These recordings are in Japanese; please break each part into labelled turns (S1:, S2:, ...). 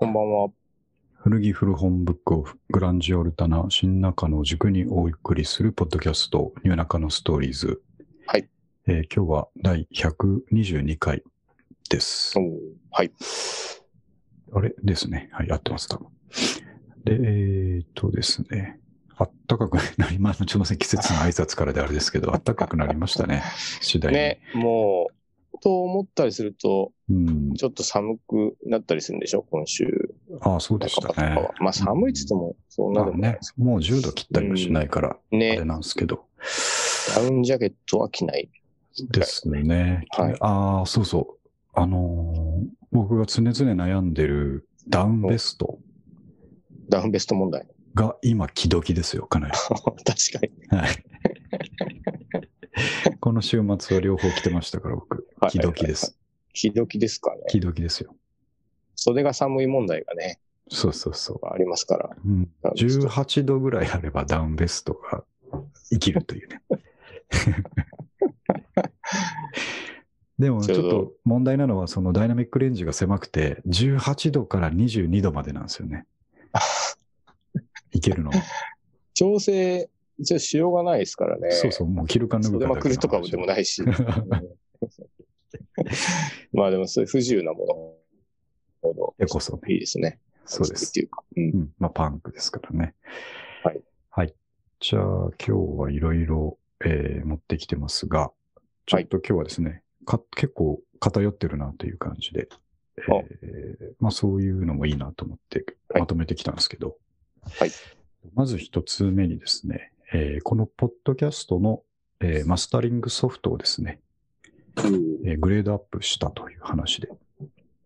S1: ばんは。
S2: 古着古本ブックオフ、グランジオルタナ、新中野を軸にお送りするポッドキャスト、ニューナカのストーリーズ。
S1: はい。
S2: えー今日は第122回です
S1: お。ーはい。
S2: あれですね。はい、合ってます、多分。で、えー、っとですね。あったかくなりました。すいません、季節の挨拶からであれですけ ど、あったかくなりましたね。次第に。
S1: ね、もう、と思ったりすると、
S2: うん。
S1: ちょっと寒くなったりするんでしょ今週。
S2: ああ、そうでし
S1: 半
S2: た
S1: ばとか
S2: ね
S1: は。。まあ寒いって言っても、そんな
S2: ま
S1: で
S2: あ
S1: もない
S2: ね
S1: です。、
S2: もう10度切ったりもしないから、あ
S1: ね
S2: れ、なんですけど。
S1: ダウンジャケットは着ない。
S2: ですね。
S1: はい
S2: ああ、そうそう。あのー僕が常々悩んでるダウンベスト
S1: ダウンベスト問題。
S2: が今、気時ですよ、かなり。
S1: 確かに。
S2: はい。この週末は両方着てましたから、僕
S1: は。い
S2: 気時です。
S1: 気時ですかね。
S2: 気時ですよ。
S1: 袖が寒い問題がね、
S2: そうそうそ
S1: ありますから。
S2: う。うん、
S1: ダウンベスト
S2: 18度ぐらいあればダウンベストが生きると いうね。でもちょっと問題なのはそのダイナミックレンジが狭くて18度から22度までなんですよ ね。いけるの。
S1: 調整、じゃしようがないですからね。
S2: そうそう、もう着るか脱ぐ
S1: 袖
S2: か
S1: まくるとかもでも
S2: ない。
S1: ないし。 まあでもそういう不自由なものほ
S2: でこそ
S1: どい
S2: ね。
S1: いですね。
S2: そうです
S1: って。いうか。うん
S2: う。ん、まあパンクですからね。
S1: はい。
S2: はい。じゃあ今日はいろいろ、えー持ってきてますが、ちょっと今日はですね、か結構偏ってるなという感じで、えー
S1: あ
S2: まあそういうのもいいなと思って
S1: はい
S2: まとめてきたんですけど、
S1: はい。
S2: まず一つ目にですね、えーこのポッドキャストの、えーマスタリングソフトをですね、えーグレードアップしたという話で、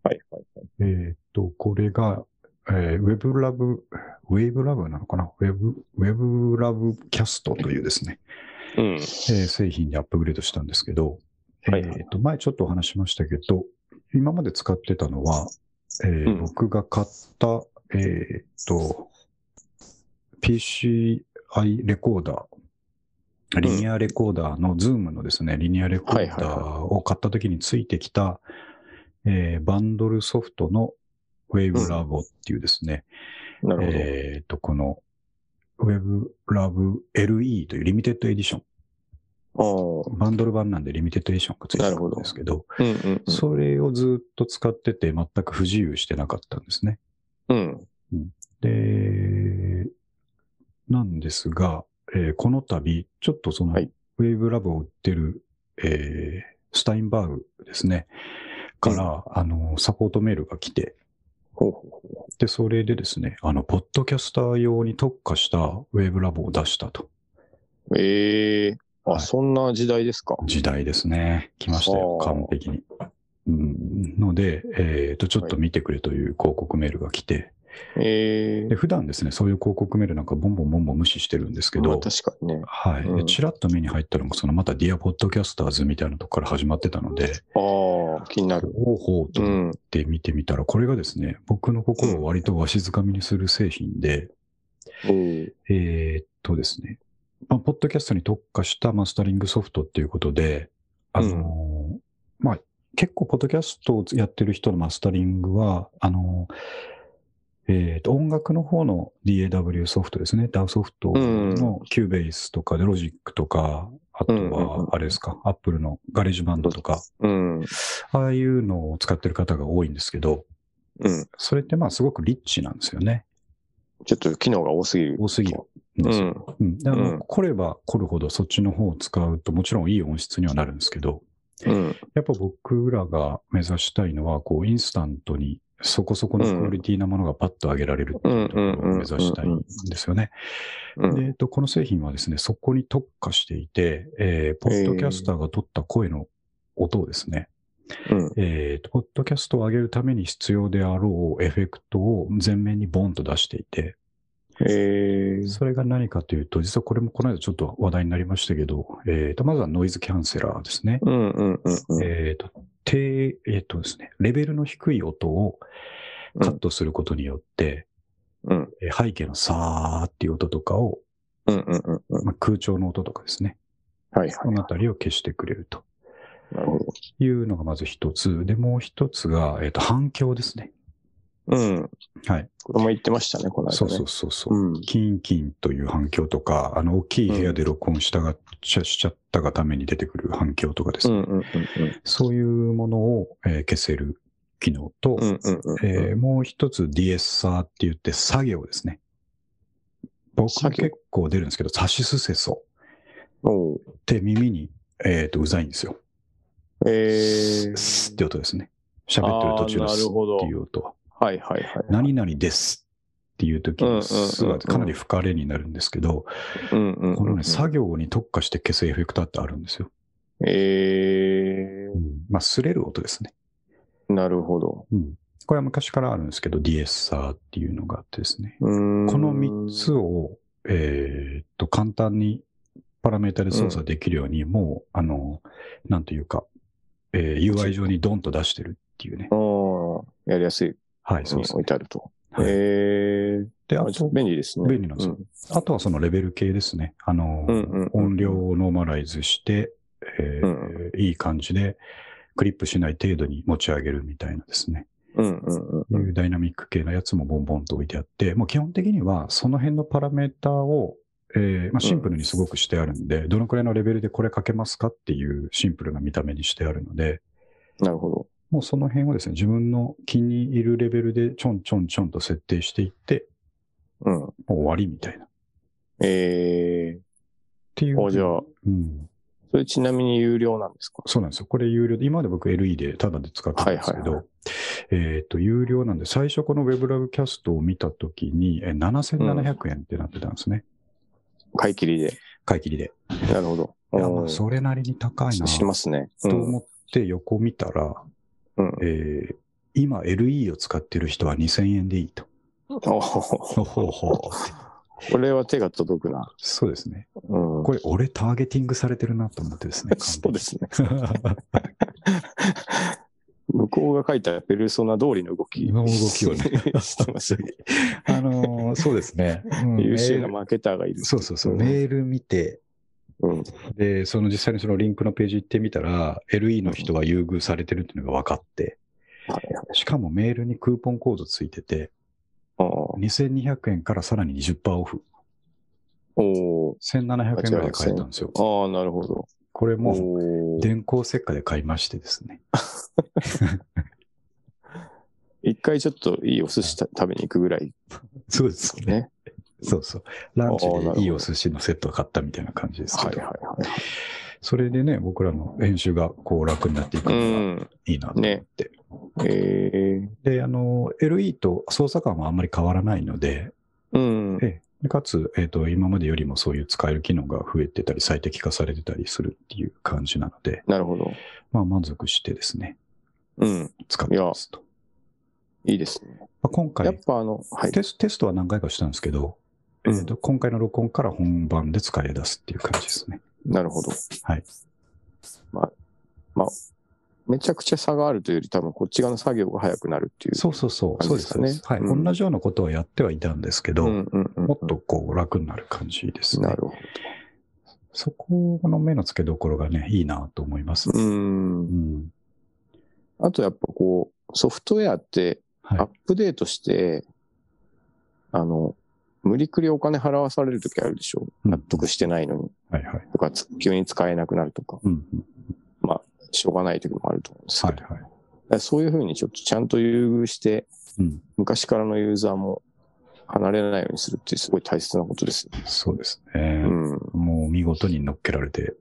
S1: はいはいはい。
S2: えーっと、これが、えー、ウェブラブ、ウェブラブなのかなウェブ、ウェブラブキャストというですね、
S1: うん。
S2: えー製品にアップグレードしたんですけど、え
S1: はいはい
S2: ーっと、前ちょっとお話ししましたけど、今まで使ってたのは、えー
S1: うん
S2: 僕が買った、えーっと、PCI レコーダー、リニアレコーダーの、ズームのですね、リニアレコーダ
S1: はいはい
S2: ーを買った時についてきた、えーバンドルソフトのウェイブラボっていうですね、
S1: なるほど。
S2: えーっと、この、ウェブラブ LE というリミテッドエディション。
S1: あ
S2: バンドル版なんでリミテッドエディションがついてるんですけど、
S1: あ。うんうんうん。
S2: それをずっと使ってて全く不自由してなかったんですね。
S1: うん。
S2: で、なんですが、えーこの度、ちょっとその、
S1: はい
S2: ウェーブラブを売ってる、えースタインバーグですね、から、あの、サポートメールが来て、
S1: ほうほうほう
S2: で、それでですね、あの、ポッドキャスター用に特化したウェーブラブを出したと。
S1: ええあ、
S2: はい
S1: そんな時代ですか。
S2: 時代ですね。来ましたよ、
S1: はあ
S2: 完璧に。うんので、えっ、と、ちょっと見てくれという広告メールが来て、
S1: ええ
S2: で普段ですね、そういう広告メールなんかボンボンボンボン無視してるんですけ
S1: まあ
S2: ど、
S1: 確かにね。
S2: はい。
S1: う
S2: で
S1: ん
S2: ちらっと目に入ったのが、そのまたディアポッドキャスターズみたいなとこから始まってたので、
S1: ああ、気になる。
S2: ほうほうと
S1: う
S2: 思っ
S1: ん。
S2: て見てみたら、これがですね、僕の心を割とわしづかみにする製品で、
S1: うん。
S2: えーっとですね、まあ、ポッドキャストに特化したマスタリングソフトっていうことで、あのーまあ、結構、ポッドキャストをやってる人のマスタリングは、あのーえーっと、音楽の方の DAW ソフトですね、DAW ソフトの Cubase とかで、ロジックとか、あと
S1: うんうんうん
S2: は、あれですか、Apple のガレージバンドとか、
S1: うん。
S2: ああいうのを使ってる方が多いんですけど、
S1: うん。
S2: それってまあ、すごくリッチなんですよね。
S1: ちょっと機能が多すぎる。
S2: 多すぎるん
S1: う
S2: ですよ
S1: ん。
S2: うん、であの
S1: うん
S2: 来れば来るほどそっちの方を使うともちろんいい音質にはなるんですけど、
S1: うん。
S2: やっぱ僕らが目指したいのは、こう、インスタントにそこそこのクオリティなものがパッと上げられるっていうところを目指したいんですよね。
S1: うん
S2: でえっと、この製品はですね、そこに特化していて、えーポッドキャスターが取った声の音をですね、
S1: うん。
S2: えーと、ポッドキャストを上げるために必要であろうエフェクトを前面にボンと出していて、
S1: ええ
S2: それが何かというと、実はこれもこの間ちょっと話題になりましたけど、えー、とまずはノイズキャンセラーですね。
S1: うんうんうんうん。
S2: えーと低えーとですね、レベルの低い音をカットすることによって、
S1: うん。
S2: えー背景のさーっていう音とかを、
S1: うんうんうんうん。
S2: まあ、空調の音とかですね、
S1: はい
S2: こ
S1: は
S2: のあたりを消してくれると
S1: い。なるほど。
S2: いうのがまず一つ。で、もう一つが、えー、と反響ですね。
S1: うん。
S2: はい。
S1: これも言ってましたね、この間、ね。
S2: そうそうそうそう。
S1: うん。
S2: キンキンという反響とか、あの、大きい部屋で録音したが、しちゃったがために出てくる反響とかです
S1: う
S2: ね。
S1: んうんうんうん。
S2: そういうものを、えー消せる機能と、
S1: うんうんうんうん。
S2: えーもう一つディエッサーって言って作業ですね。僕
S1: 作業
S2: 結構出るんですけど、サシスセソ
S1: おう
S2: って耳に、えっ、と、うざいんですよ。
S1: え
S2: ス
S1: ー。
S2: スって音ですね。喋ってる途中の
S1: あーな
S2: ス
S1: るほど
S2: っていう音は。
S1: はいはいはい。
S2: 何々ですっていう時
S1: うんうんうん
S2: の
S1: うん
S2: スはかなり深れになるんですけど、
S1: うんうんうん。
S2: このね、作業に特化して消すエフェクターってあるんですよ。
S1: え
S2: まあ、擦れる音ですね。
S1: ー。なるほど。
S2: これは昔からあるんですけど、ディエッサーっていうのがあってですね。
S1: うーん。
S2: この3つを、えーっと、簡単にパラメータで操作できるように、もう、あの、なんというか、えー UI 上にドンと出してるっていうね。
S1: うん。やりやすい。
S2: はい、
S1: そ
S2: そううです
S1: 置
S2: ね。
S1: いてあると。
S2: はい
S1: え
S2: で、
S1: ー。
S2: あ
S1: あちょっ
S2: と
S1: と、便利ですね。
S2: 便利なんですよあとはそのレベル系ですね。あの、
S1: うんうんうん
S2: 音量をノーマライズして、えーいい感じで、クリップしない程度に持ち上げるみたいなですね。
S1: うん。うんうん
S2: い
S1: うん。
S2: うダイナミック系のやつもボンボンと置いてあって、もう基本的にはその辺のパラメーターを、えーまあ、シンプルにすごくしてあるんで、どのくらいのレベルでこれかけますかっていうシンプルな見た目にしてあるので、
S1: なるほど。
S2: もうその辺をですね、自分の気に入るレベルでちょんちょんちょんと設定していって、
S1: うん。
S2: もう終わりみたいな。っ
S1: え
S2: ていう。
S1: ー。あ、じゃあ、
S2: うん。
S1: それちなみに有料なんですか
S2: そうなんですよ。これ有料で、今まで僕 LE でタダで使ってたんですけど、
S1: はいはい
S2: えっ、と、有料なんで、最初この Web ラブキャストを見たときに、えー7700円ってなってたんですね。
S1: 買い切りで。
S2: 買い切りで。
S1: なるほど。
S2: いや、ま
S1: う
S2: あ、
S1: ん
S2: それなりに高いな、
S1: し
S2: と
S1: ますね。うん
S2: 思って横見たら、
S1: うん。
S2: えー今 LE を使ってる人は2000円でいいと。
S1: おーこれは手が届くな。
S2: そうですね。
S1: うん。。
S2: これ、俺ターゲティングされてるなと思ってですね
S1: そうですね。
S2: 完璧
S1: 向こうが書いたペルソナ通りの動き。
S2: の動きをね
S1: してますよ。
S2: に。 あのーそうですね。うん
S1: 優秀
S2: メー
S1: な
S2: ル
S1: マーケターがいる。
S2: そうそうそう、
S1: うん
S2: メール見て、
S1: うん。
S2: で、その実際にそのリンクのページ行ってみたら、LE の人は優遇されてるっていうのが分かって、しかもメールにクーポンコードついてて、
S1: あー
S2: 2200円からさらに20%オフ。
S1: おー
S2: 1700円ぐらいで買えたんですよ。
S1: ああ、なるほど。
S2: これも
S1: おー
S2: 電光石火で買いましてですね。
S1: 一回ちょっといいお寿司た食べに行くぐらい
S2: そうですね。
S1: ね。
S2: そうそう。ランチ
S1: あーなるほ
S2: で
S1: ど
S2: いいお寿司のセットを買ったみたいな感じです
S1: は
S2: け
S1: い
S2: ど。
S1: はいはい。
S2: それでね、僕らの編集がこう楽になっていく
S1: う
S2: のが
S1: ん。
S2: いいなと思って。
S1: えー。
S2: で、あの、LE と操作感はあんまり変わらないので、
S1: うん。
S2: ええかつ、えっ、と、今までよりもそういう使える機能が増えてたり、最適化されてたりするっていう感じなので、
S1: なるほど。
S2: まあ満足してですね、
S1: うん。
S2: 使ってますと。
S1: いいですね。
S2: まあ、今
S1: やっ
S2: 回、
S1: ぱあの、はい。
S2: テステストは何回かしたんですけど、
S1: うん
S2: えーと今回の録音から本番で使い出すっていう感じですね。
S1: なるほど。
S2: はい。
S1: めちゃくちゃ差があるというより、多分こっち側の作業が早くなるっていう。
S2: そうそうそう。
S1: 感
S2: そ
S1: じ
S2: う
S1: で
S2: ですす
S1: か
S2: そう
S1: ね
S2: です。はい。
S1: うん
S2: 同じようなことはやってはいたんですけど、
S1: んうんうん。
S2: もっとこう楽になる感じですね
S1: な。るほ
S2: そこの目の付けどころがね、いいなと思います。
S1: ど。う。
S2: うんん。
S1: あとやっぱこう、ソフトウェアって
S2: はい
S1: アップデートして、あの、無理くりお金払わされるときあるでしょ。
S2: うん
S1: 納得してないのに。
S2: はいはい。
S1: とか、つ急に使えなくなるとか、
S2: うんうん。
S1: しょうがないときもあると思うんですけ
S2: は
S1: ど。
S2: いはい。
S1: だからそういうふうにちょっとちゃんと優遇して、
S2: うん。
S1: 昔からのユーザーも離れないようにするってすごい大切なことですよね。
S2: そうです
S1: う
S2: ね。
S1: ん。い
S2: もう見事に乗っけられて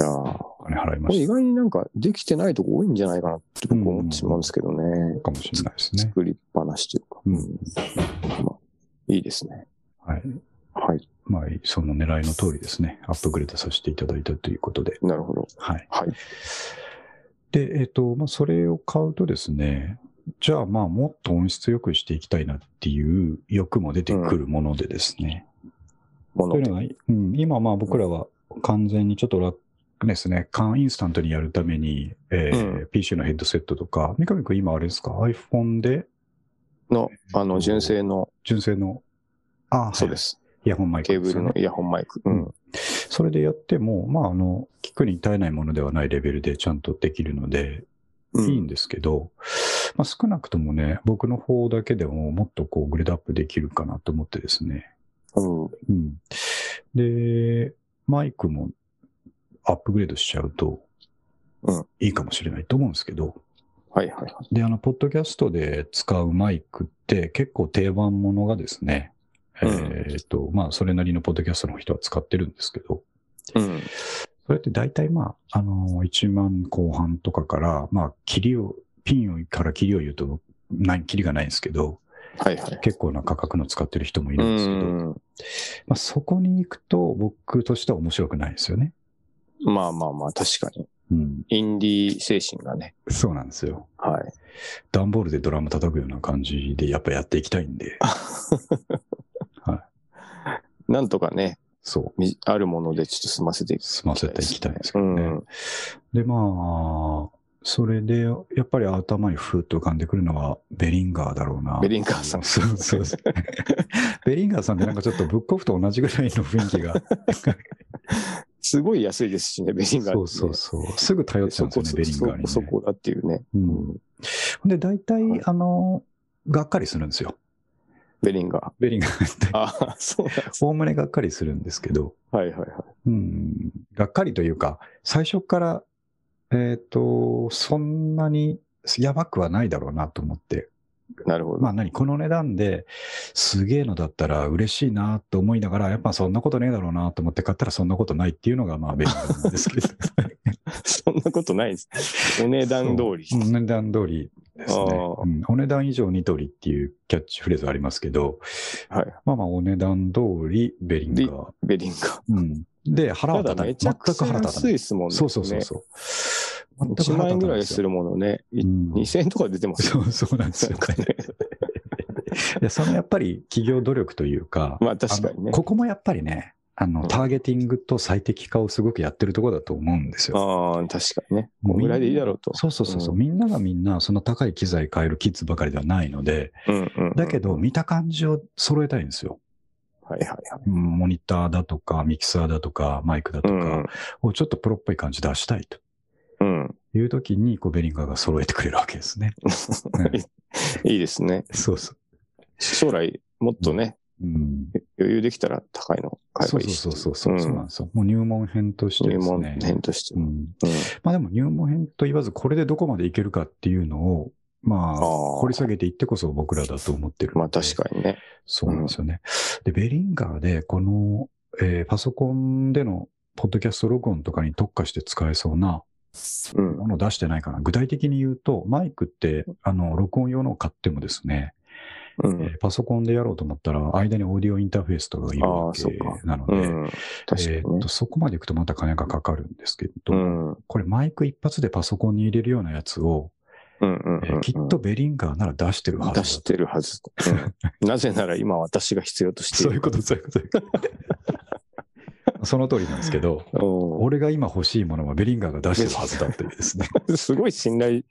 S1: やー
S2: お金払い
S1: こ
S2: ま
S1: れ
S2: し
S1: 意
S2: た。
S1: 外になんかできてないとこ多いんじゃないかなって僕思ってしまうんですけどね。
S2: かもしれないですね。
S1: 作りっぱなしというか。
S2: うん
S1: まあ、いいですね。
S2: はい。
S1: はい。
S2: まあ、その狙いの通りですね。アップグレードさせていただいたということで。
S1: なるほど。
S2: はい。
S1: はい。
S2: で、えっ、と、まあ、それを買うとですね、じゃあまあ、もっと音質良くしていきたいなっていう欲も出てくるものでですね。
S1: もの
S2: というのが、うん、今まあ僕らは完全にちょっと楽ですね、缶インスタントにやるために、えー
S1: う
S2: PC のヘッドセットとか、三上くん今あれですか、iPhone で
S1: の、あの、純正の、
S2: 純正の、あ。
S1: そうですす。
S2: イヤホンマイク
S1: ケ
S2: で
S1: ーブ
S2: すよ
S1: ル
S2: ね
S1: のイヤホンマイク。うん。
S2: それでやっても、まあ、あの、聞くに耐えないものではないレベルでちゃんとできるので、
S1: うん
S2: いいんですけど、まあ、少なくともね、僕の方だけでももっとこうグレードアップできるかなと思ってですね。
S1: うん。
S2: うん。で、マイクもアップグレードしちゃうと
S1: うん、
S2: いいかもしれないと思うんですけど、
S1: はいはいはい。
S2: で、あの、ポッドキャストで使うマイクって結構定番ものがですね、
S1: うん
S2: えーっと、まあ、それなりのポッドキャストの人は使ってるんですけど、
S1: うん。
S2: それって大体まあ、あのー、1万後半とかから、まあ、切りを、ピンをから切りを言うと、ない、切りがないんですけど、
S1: はいはい。
S2: 結構な価格の使ってる人もいうるんですけど、
S1: ん。
S2: まあ、そこに行くと僕としては面白くないですよね。
S1: まあまあまあ、確かに。
S2: うん。
S1: インディー精神がね。
S2: そうなんですよ。
S1: はい。
S2: 段ボールでドラム叩くような感じでやっぱやっていきたいんで、
S1: なんとかね、
S2: そう。
S1: みあるものでちょっと済ませていく。
S2: 済ませていきたいんですけ
S1: う
S2: どね。
S1: ん。
S2: で、まあ、それで、やっぱり頭にふーっと浮かんでくるのは、ベリンガーだろうな。
S1: ベリンガーさん
S2: そうそうそう。ベリンガーさんってなんかちょっとブックオフと同じぐらいの雰囲気が。
S1: すごい安いですしね、ベリンガーってね、
S2: そうそうそう。すぐ頼っちゃうんですよね、ベリンガーに、ね。
S1: そこそこだっていうね。
S2: う。
S1: うんん。
S2: で、大体
S1: はい、
S2: あの、がっかりするんですよ。
S1: ベリンガー。
S2: ベリンガーって。
S1: ああ、そうなんです。
S2: おおむねがっかりするんですけど、
S1: はいはいはい。
S2: うん、がっかりというか、最初から、えっ、と、そんなにやばくはないだろうなと思って
S1: なるほど。
S2: まあ何この値段ですげえのだったら嬉しいなと思いながらやっぱそんなことねえだろうなと思って買ったらそんなことないっていうのがまあ便利なんですけど
S1: そんなことないです。お 値段通り。
S2: そううん値段通りですね、
S1: あー
S2: うんお値段以上に通りっていうキャッチフレーズありますけど
S1: はい。
S2: まあまあお値段通りベリンガー、
S1: ベリンガ
S2: うん、で腹
S1: ー。
S2: は
S1: た
S2: 立
S1: だ
S2: たな
S1: め
S2: い
S1: ちゃ
S2: 全
S1: くち
S2: く
S1: ゃ
S2: 腹立た
S1: 安
S2: ないい
S1: ですもんね。
S2: そうそうそう
S1: ね。
S2: そう全く
S1: 1
S2: 腹
S1: 万
S2: 立
S1: 円ぐ
S2: たな
S1: ら
S2: い
S1: い
S2: です
S1: す
S2: よ
S1: るものね。い
S2: うん
S1: 2000円とか出てますよ。
S2: そうそうなん ですよ
S1: なんか
S2: ね
S1: ね
S2: いやそのやっぱり企業努力というか
S1: まあ確かに
S2: あの
S1: ね。
S2: ここもやっぱりね、あ
S1: う
S2: の、
S1: ん
S2: ターゲティングと最適化をすごくやってるところだと思うんですよ。
S1: ああ、確かにね。
S2: も
S1: こ
S2: うんみん
S1: ぐ
S2: な
S1: らいでいいだろうと。
S2: そうそうそうそう、みんながみんな、その高い機材買えるキッズばかりではないので、
S1: うんうん。
S2: だけど、見た感じを揃えたいんですよ。
S1: はいはいはい。
S2: うんモニターだとか、ミキサーだとか、マイクだと
S1: う
S2: か
S1: ん
S2: をちょっとプロっぽい感じ出したいと
S1: うん。
S2: いう時に、こう、ベリンガーが揃えてくれるわけです ね。うん
S1: いいですね。
S2: そうそう。
S1: 将来、もっとね、
S2: うん、
S1: 余裕できたら高いの買え
S2: そ
S1: ば
S2: う
S1: いいし。
S2: そうそうそう、そうなん
S1: ん
S2: ですよ。もう入門編として
S1: 入
S2: です
S1: 門
S2: ね。
S1: 編として
S2: う
S1: も。
S2: ん、
S1: うん
S2: まあでも入門編と言わず、これでどこまでいけるかっていうのを、まあ、
S1: あー
S2: 掘り下げていってこそ僕らだと思ってる。
S1: まあ確
S2: に。
S1: かにね。
S2: そうなんですよね。で、ベリンガーで、この、えーパソコンでのポッドキャスト録音とかに特化して使えそうな
S1: うん。
S2: ものを出してないかな。具体的に言うと、マイクって、あの、録音用のを買ってもですね、
S1: う
S2: え
S1: ん。
S2: ーパソコンでやろうと思ったら、間にオーディオインターフェースとかがいるわけ
S1: あーそっ
S2: なので、
S1: うん。確か
S2: え
S1: に
S2: ーっ
S1: ね
S2: と。そこまで行くとまた金がかかるんですけど、
S1: うん。うん
S2: これマイク一発でパソコンに入れるようなやつを、
S1: うん
S2: え
S1: う
S2: ー
S1: ん。
S2: きっとベリンガーなら出してるはずだ
S1: 出してるはず。うんなぜなら今私が必要としてい
S2: そういう
S1: る。
S2: こと、そういうこと。その通りなんですけど、
S1: お
S2: 俺が今欲しいものはベリンガーが出してるはずだっていうですね。
S1: ーすごい信頼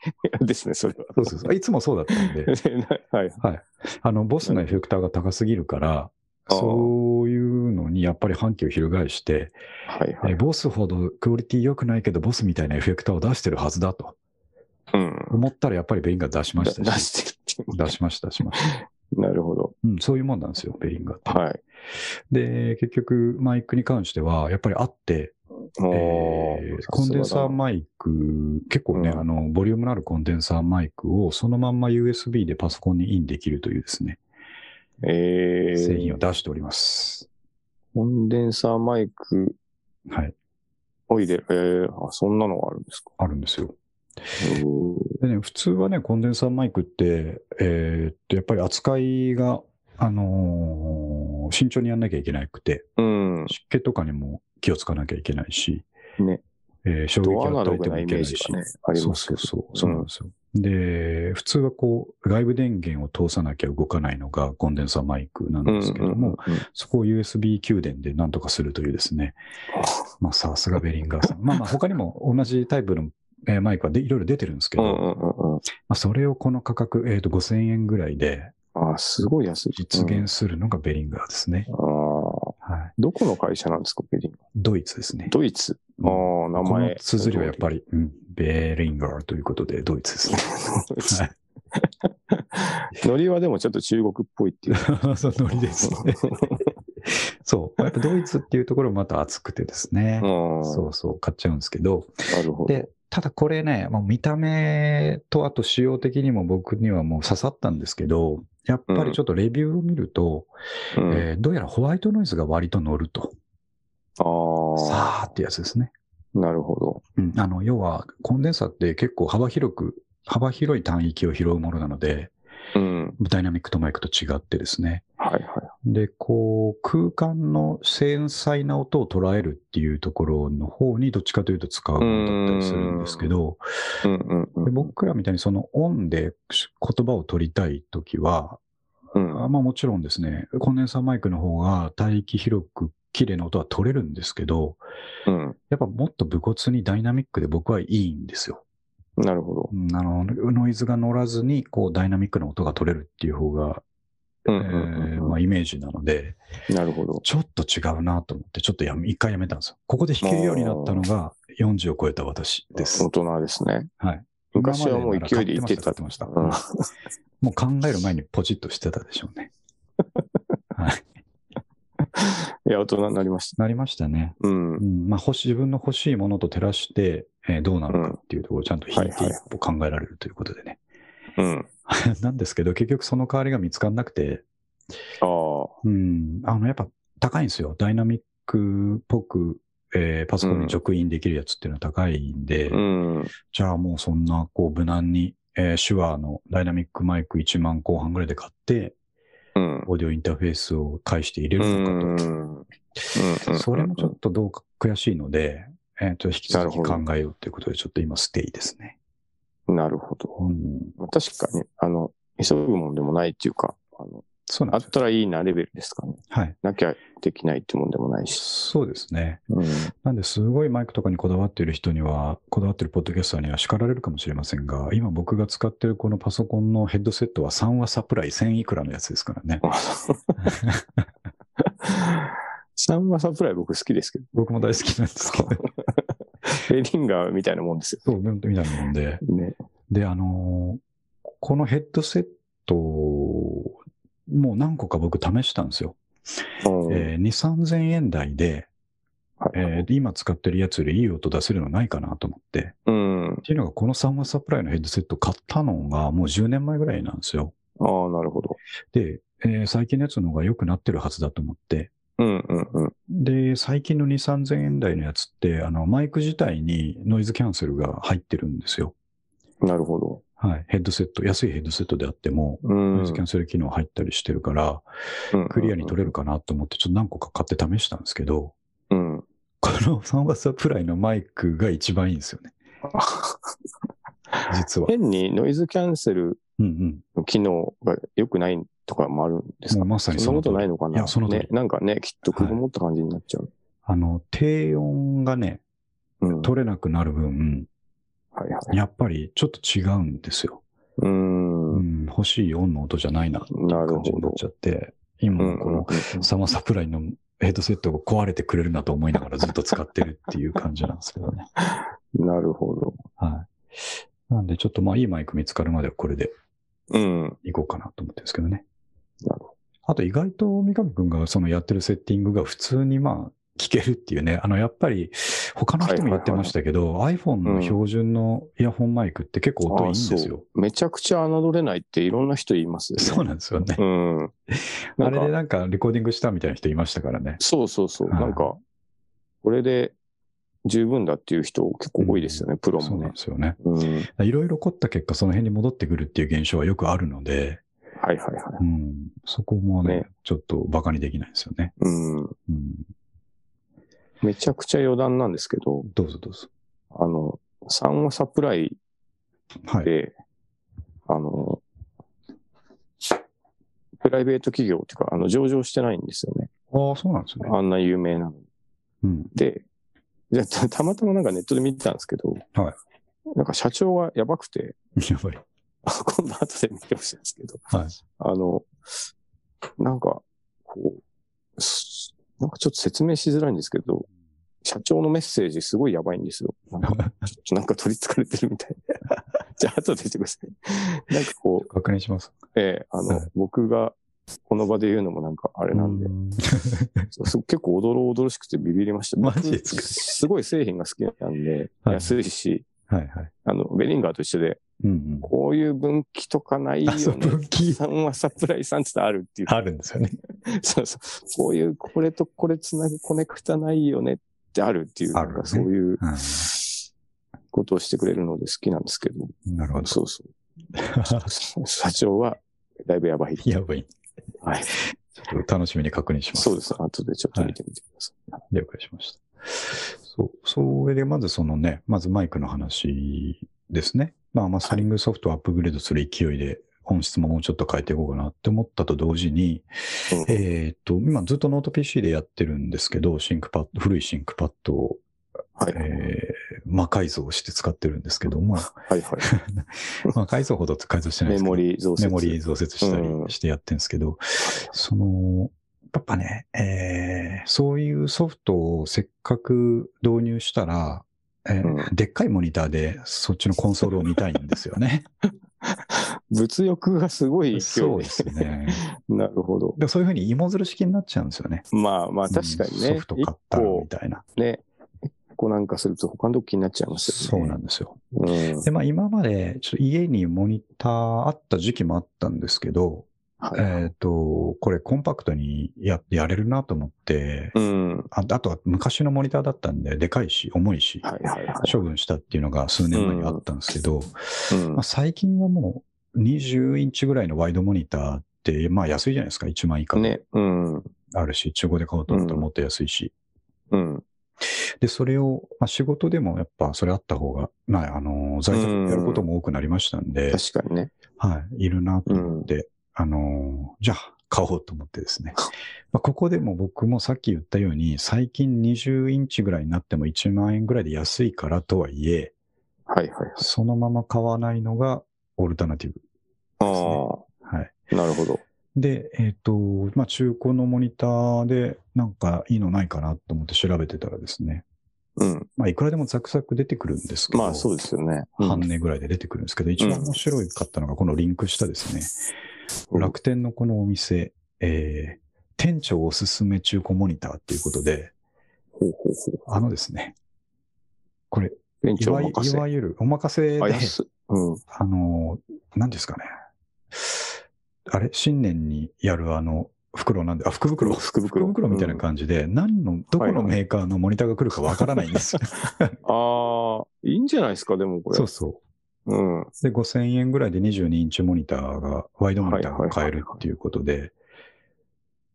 S1: ですね、それは。
S2: そうそうそう。いつもそうだったんで、
S1: はい。
S2: はい。あの、ボスのエフェクターが高すぎるから、
S1: あー
S2: そういうのにやっぱり反旗を翻して、
S1: はいは
S2: えー
S1: い。
S2: ボスほどクオリティ良くないけど、ボスみたいなエフェクターを出してるはずだと
S1: うん。
S2: 思ったら、やっぱりベリンガー出しま
S1: だ
S2: した
S1: 出
S2: し、
S1: してるって
S2: 出しました、出しました。
S1: いう。なるほど。
S2: うん、そういうもんなんですよ、ベリンガーって。
S1: はい。
S2: で、結局、マイクに関しては、やっぱりあって、え
S1: お
S2: ーコンデンサーマイク、結構ね、
S1: うん
S2: あの、ボリュームのあるコンデンサーマイクを、そのまんま USB でパソコンにインできるというですね、
S1: えー
S2: 製品を出しております。
S1: コンデンサーマイク
S2: はい、
S1: を入れる。えーあ、そんなのがあるんですか。
S2: あるんですよ。
S1: お
S2: で
S1: ー
S2: ね、普通はね、コンデンサーマイクって、えーっと、やっぱり扱いが、あのー慎重にやんなきゃいけなくて、
S1: うん。
S2: 湿気とかにも気をつかなきゃいけないし、
S1: ね
S2: えー衝撃
S1: ドア
S2: を
S1: ナ
S2: 与
S1: ロ
S2: えて
S1: グ
S2: も
S1: ないイ
S2: け
S1: メ
S2: な
S1: ー
S2: い
S1: ジ
S2: し。
S1: がね、あり
S2: そ
S1: ま
S2: う
S1: す
S2: そ
S1: け
S2: う
S1: ど。
S2: そう。そうなんですよ。で、普通はこう、外部電源を通さなきゃ動かないのがコンデンサーマイクなん
S1: うん
S2: ですけ
S1: う
S2: ど
S1: んうんうん
S2: も、そこを USB 給電でなんとかするというです ね。まあ、さすがベリンガーさん。まあまあ、他にも同じタイプのえーマイクはでいろいろ出てるんですけ
S1: う
S2: ど、
S1: ん
S2: ま
S1: うんうんうん。
S2: あ、それをこの価格、えっ、と、5000円ぐらいで
S1: あー、すごい安い。
S2: 実現するのがベリンガーですね
S1: う。ん。あー
S2: はい。
S1: どこの会社なんですか、ベリン
S2: ドイツですね。
S1: ドイツ。ああ、名
S2: この
S1: 前。
S2: 綴りはやっぱ
S1: り。
S2: り、うん、ベリンガーということで、ドイツですね。はい
S1: ノリはでもちょっと中国っぽいっていう。
S2: そうノリですね。 そう。やっぱドイツっていうところもまた熱くてですね。
S1: そ
S2: そうそう、買っちゃうんですけど。
S1: なるほど。
S2: で、ただこれね、もう見た目とあと仕様的にも僕にはもう刺さったんですけど、やっぱりちょっとレビューを見ると、
S1: うん
S2: えーどうやらホワイトノイズが割と乗ると。
S1: あ
S2: さーってやつですね。
S1: あ、なるほど。
S2: うん、あの要は、コンデンサって結構幅広く、幅広い単域を拾うものなので、
S1: うん。
S2: ダイナミックとマイクと違ってですね。
S1: はいは
S2: で、こう、空間の繊細な音を捉えるっていうところの方に、どっちかというと使うものだったりするんですけど、
S1: い。うんうんう
S2: で
S1: ん。
S2: 僕らみたいにそのオンで言葉を取りたいときは、
S1: うん
S2: あまあもちろんですね、コンデンサーマイクの方が帯域広く綺麗な音は取れるんですけど、
S1: うん。
S2: やっぱもっと武骨にダイナミックで僕はいいんですよ。
S1: なるほど。
S2: うんあの、ノイズが乗らずに、こう、ダイナミックな音が取れるっていう方が、
S1: うん
S2: え
S1: うん
S2: ー
S1: うん
S2: まあイメージなので、
S1: なるほど。
S2: ちょっと違うなと思って、ちょっとやめ、一回やめたんですよ。ここで弾けるようになったのが40を超えた私です
S1: 大。人ですね。
S2: はい。
S1: 昔はもう勢いで言
S2: 言
S1: ってた
S2: っ。てました。
S1: うん
S2: もう考える前にポチッとしてたでしょうね。
S1: いや、大人になりまし
S2: なりましたね。
S1: た。うん
S2: う。ん、まあ、欲しい自分の欲しいものと照らして、えーどうなるかっていうところをちゃんと弾いて
S1: うん
S2: 一
S1: はい
S2: 歩考えられるということでね。
S1: うん。
S2: なんですけど、結局その代わりが見つからなくて、
S1: ああ。
S2: うん、あの、やっぱ高いんですよ。ダイナミックっぽく、えーパソコンに直印できるやつっていうのは高いんで、
S1: うん。
S2: じゃあもうそんな、こう、無難に、えー手話のダイナミックマイク1万後半ぐらいで買って、
S1: うん。
S2: オーディオインターフェースを介して入れ
S1: う
S2: るのかと。
S1: ん。
S2: それもちょ
S1: と。
S2: っとどうか悔しいので、えっ、と、引き
S1: な
S2: 続
S1: る
S2: き
S1: ほど
S2: 考えようということで、ちょっと今、ステイですね。
S1: なるほど。
S2: うん、
S1: 確かに、あの、急ぐもんでもないっていうか、あの、
S2: そうな
S1: あ
S2: ん
S1: っ
S2: ですよ。
S1: たらいいなレベルですかね。
S2: はい。
S1: なきゃできないってもんでもないし。
S2: そうですね。
S1: うん。
S2: なんで、すごいマイクとかにこだわっている人には、こだわっているポッドキャスターには叱られるかもしれませんが、今僕が使っているこのパソコンのヘッドセットは3話サプライ1000いくらのやつですからね。
S1: サンマサプライ僕好きですけど、
S2: 僕も大好きなんですけど。
S1: ベリンガーみたいなもんです
S2: そう、みたいなもんで。
S1: よ。ね。
S2: で、あのーこのヘッドセットを、もう何個か僕試したんですよ。
S1: うん
S2: えー、2、3000円台で、
S1: はい
S2: えー今使ってるやつよりいい音出せるのないかなと思って。
S1: うん。
S2: っていうのが、このサンマサプライのヘッドセット買ったのがもう10年前ぐらいなんですよ。
S1: ああ、なるほど。
S2: で、えー最近のやつの方が良くなってるはずだと思って。
S1: うんうんうん。
S2: で、最近の2、3000円台のやつって、あの、マイク自体にノイズキャンセルが入ってるんですよ。
S1: なるほど。
S2: はい。ヘッドセット、安いヘッドセットであっても、
S1: うん。
S2: ノイズキャンセル機能入ったりしてるから、クリアに取れるかなと思って、ちょっと何個か買って試したんですけど、
S1: れる。うん。
S2: この3ワサプライのマイクが一番いいんですよ ね、実は。
S1: 変にノイズキャンセル
S2: うんうん。
S1: の機能が良くないとかもあるんです
S2: もう
S1: か
S2: まさに
S1: そんなことない
S2: の。
S1: のかない
S2: やその通り
S1: ね、なんかね、きっとくぐもった感じになっちゃう。
S2: あの、低音がね、
S1: うん。
S2: 取れなくなる分、
S1: はいはい。
S2: やっぱりちょっと違うんですよ。
S1: うーん。
S2: う
S1: うん
S2: ん、欲しい音の音じゃないな、
S1: なる
S2: 感
S1: ほ
S2: じになっ
S1: ど。
S2: ちゃって、今このサマサプライのヘッドセットが壊れてくれるなと思いながらずっと使ってるっていう感じなんですけどね。
S1: なるほど。
S2: はい。なんでちょっとまあいいマイク見つかるまではこれで
S1: うん。
S2: いこうかなと思ってるんですけどね。
S1: なるほ
S2: あと意外と三上くんがそのやってるセッティングが普通にまあ聞けるっていうね。あのやっぱり他の人もやってましたけど、iPhone の標準のイヤホンマイクって結構音いいんですよ。
S1: めちゃくちゃ侮れないっていろんな人言いますよね。
S2: そうなんですよね。
S1: うん。な
S2: あ
S1: んか
S2: れでなんかレコーディングしたみたいな人いましたからね。
S1: そうそうそう。
S2: はい
S1: なんか、これで十分だっていう人結構多いですよね、プロ
S2: そうな
S1: も
S2: ん
S1: ね。
S2: ですよね。
S1: うん。はい
S2: いろいろ凝った結果、その辺に戻ってくるっていう現象はよくあるので、
S1: はいはい。
S2: うん、そこもね、
S1: ね
S2: ちょっとバカにできないですよね。
S1: うん。
S2: うん、
S1: めちゃくちゃ余談なんですけど、
S2: どうぞどうぞ。
S1: あの、サンゴサプライ
S2: はい。
S1: で、あの、プライベート企業っていうか、あの、上場してないんですよね。
S2: ああ、そうなんですね。
S1: あんな有名なのに
S2: うん。
S1: で、じゃたたまたまなんかネットで見てたんですけど、
S2: はい
S1: なんか社長がやばくて、
S2: やばい。
S1: あ今度後で見てほしいんですけど、
S2: はい。
S1: あの、なんか、こう、すなんかちょっと説明しづらいんですけど、 社長のメッセージすごいやばいんですよ。なんか、ちょっとなんか取り憑かれてるみたい じゃあ、後でしてください。なんかこう、
S2: 確認します。
S1: ええあの、
S2: はい
S1: 僕がこの場で言うのもなんかあれなんで、
S2: うん
S1: そうす結構おどろおどろしくてビビりました。
S2: マジですか
S1: 僕すごい製品が好きなんで、
S2: はい
S1: 安いし、
S2: はいはい。
S1: あの、ベリンガーと一緒で、
S2: うんうん。
S1: こういう分岐とかないよ
S2: あそう
S1: ね。
S2: 分岐
S1: さんはサプライさんってあるっていう。
S2: あるんですよね。
S1: そうそう。こういう、これとこれつなぐコネクタないよねってあるっていう、
S2: ある
S1: な
S2: ね
S1: んかそういう
S2: うん
S1: ことをしてくれるので好きなんですけど、
S2: なるほ ど。
S1: そうそう。社長は、だいぶやばい。
S2: やばい。
S1: はい。
S2: ちょっと楽しみに確認します。
S1: そうです。後でちょっと見てみてください。
S2: 了解しました。そう。それで、まずそのね、まずマイクの話ですね。まあ、マスタリングソフトをアップグレードする勢いで、本質ももうちょっと変えていこうかなって思ったと同時に、
S1: うん
S2: えーっと、今ずっとノート PC でやってるんですけど、シンクパッド、古いシンクパッドを、
S1: はい。
S2: えー魔改造して使ってるんですけど も、
S1: はいはい。
S2: まあ、改造ほど改造してないで
S1: メ
S2: すけど
S1: モ、リー増設。
S2: メモリー増設したり
S1: うん
S2: してやってるんですけど、その、やっぱね、えーそういうソフトをせっかく導入したら、えー
S1: う
S2: でっかいモニターでそっちのコンソールを見たいんですよ ね。
S1: 物欲がすごい勢い
S2: そうですね。
S1: なるほど。
S2: でもそういうふうに芋づる式になっちゃうんですよね。
S1: まあまあ確かにね。
S2: うんソフト買ったら
S1: 一
S2: みたいな。
S1: 個ね、一個なんかすると他のとこ気になっちゃいます
S2: そ
S1: よ
S2: う
S1: ね。
S2: なんですよ。
S1: そうなんうん。
S2: で、まあ今まで、ちょっと家にモニターあった時期もあったんですけど、
S1: はい
S2: えっ、と、これコンパクトにややれるなと思って、
S1: うん。はい
S2: ああとは昔のモニターだったんで、でかいし、重いし、
S1: はいはい。
S2: 処分したっていうのが数年前にあったんですけど、
S1: うん
S2: まあ、最近はもう20インチぐらいのワイドモニターって、まあ安いじゃないですか、1万以下
S1: ね。うん。
S2: あるし、中古で買おうと思ったらもっと安いし、
S1: うん。
S2: で、それを、まあ、仕事でもやっぱそれあった方が、まあ、あの、在宅でやることも多くなりましたんで、
S1: 確かにね。
S2: はい、いるなと
S1: う
S2: 思っ
S1: ん。
S2: て、あのーじゃあ、買おうと思ってですね。 まあ、ここでも僕もさっき言ったように、最近20インチぐらいになっても1万円ぐらいで安いからとはいえ、
S1: はいはいはい。
S2: そのまま買わないのがオルタナティブ。
S1: ああ
S2: はい。
S1: ー、なるほど。
S2: で、えっ、と、まあ、中古のモニターでなんかいいのないかなと思って調べてたらですね、
S1: うん。
S2: まあ、いくらでもザクザク出てくるんですけど、
S1: まあそうですよね。
S2: 半値ぐらいで出てくるんですけど、一番面白かったのがこのリンクしたですね、
S1: うん
S2: 楽天のこのお店、えー店長おすすめ中古モニターっていうことで、
S1: ほうほうほう。
S2: あのですね、これ、
S1: 店
S2: い
S1: 長
S2: わい
S1: 任せ
S2: い。わゆるお任せで、
S1: あ、
S2: あ
S1: 安い。うん。
S2: のー、何ですかね。あれ新年にやるあの、袋なんで、あ、福袋。
S1: 福袋
S2: 袋みたいな感じで、何の、どこのメーカーのモニターが来るかわからないんですよ。
S1: ああ、いいんじゃないですか、で もこれ。
S2: そうそう。
S1: うん。
S2: で、5000円ぐらいで22インチモニターが、ワイドモニターが買えるっていうことで、
S1: うんう
S2: で
S1: ん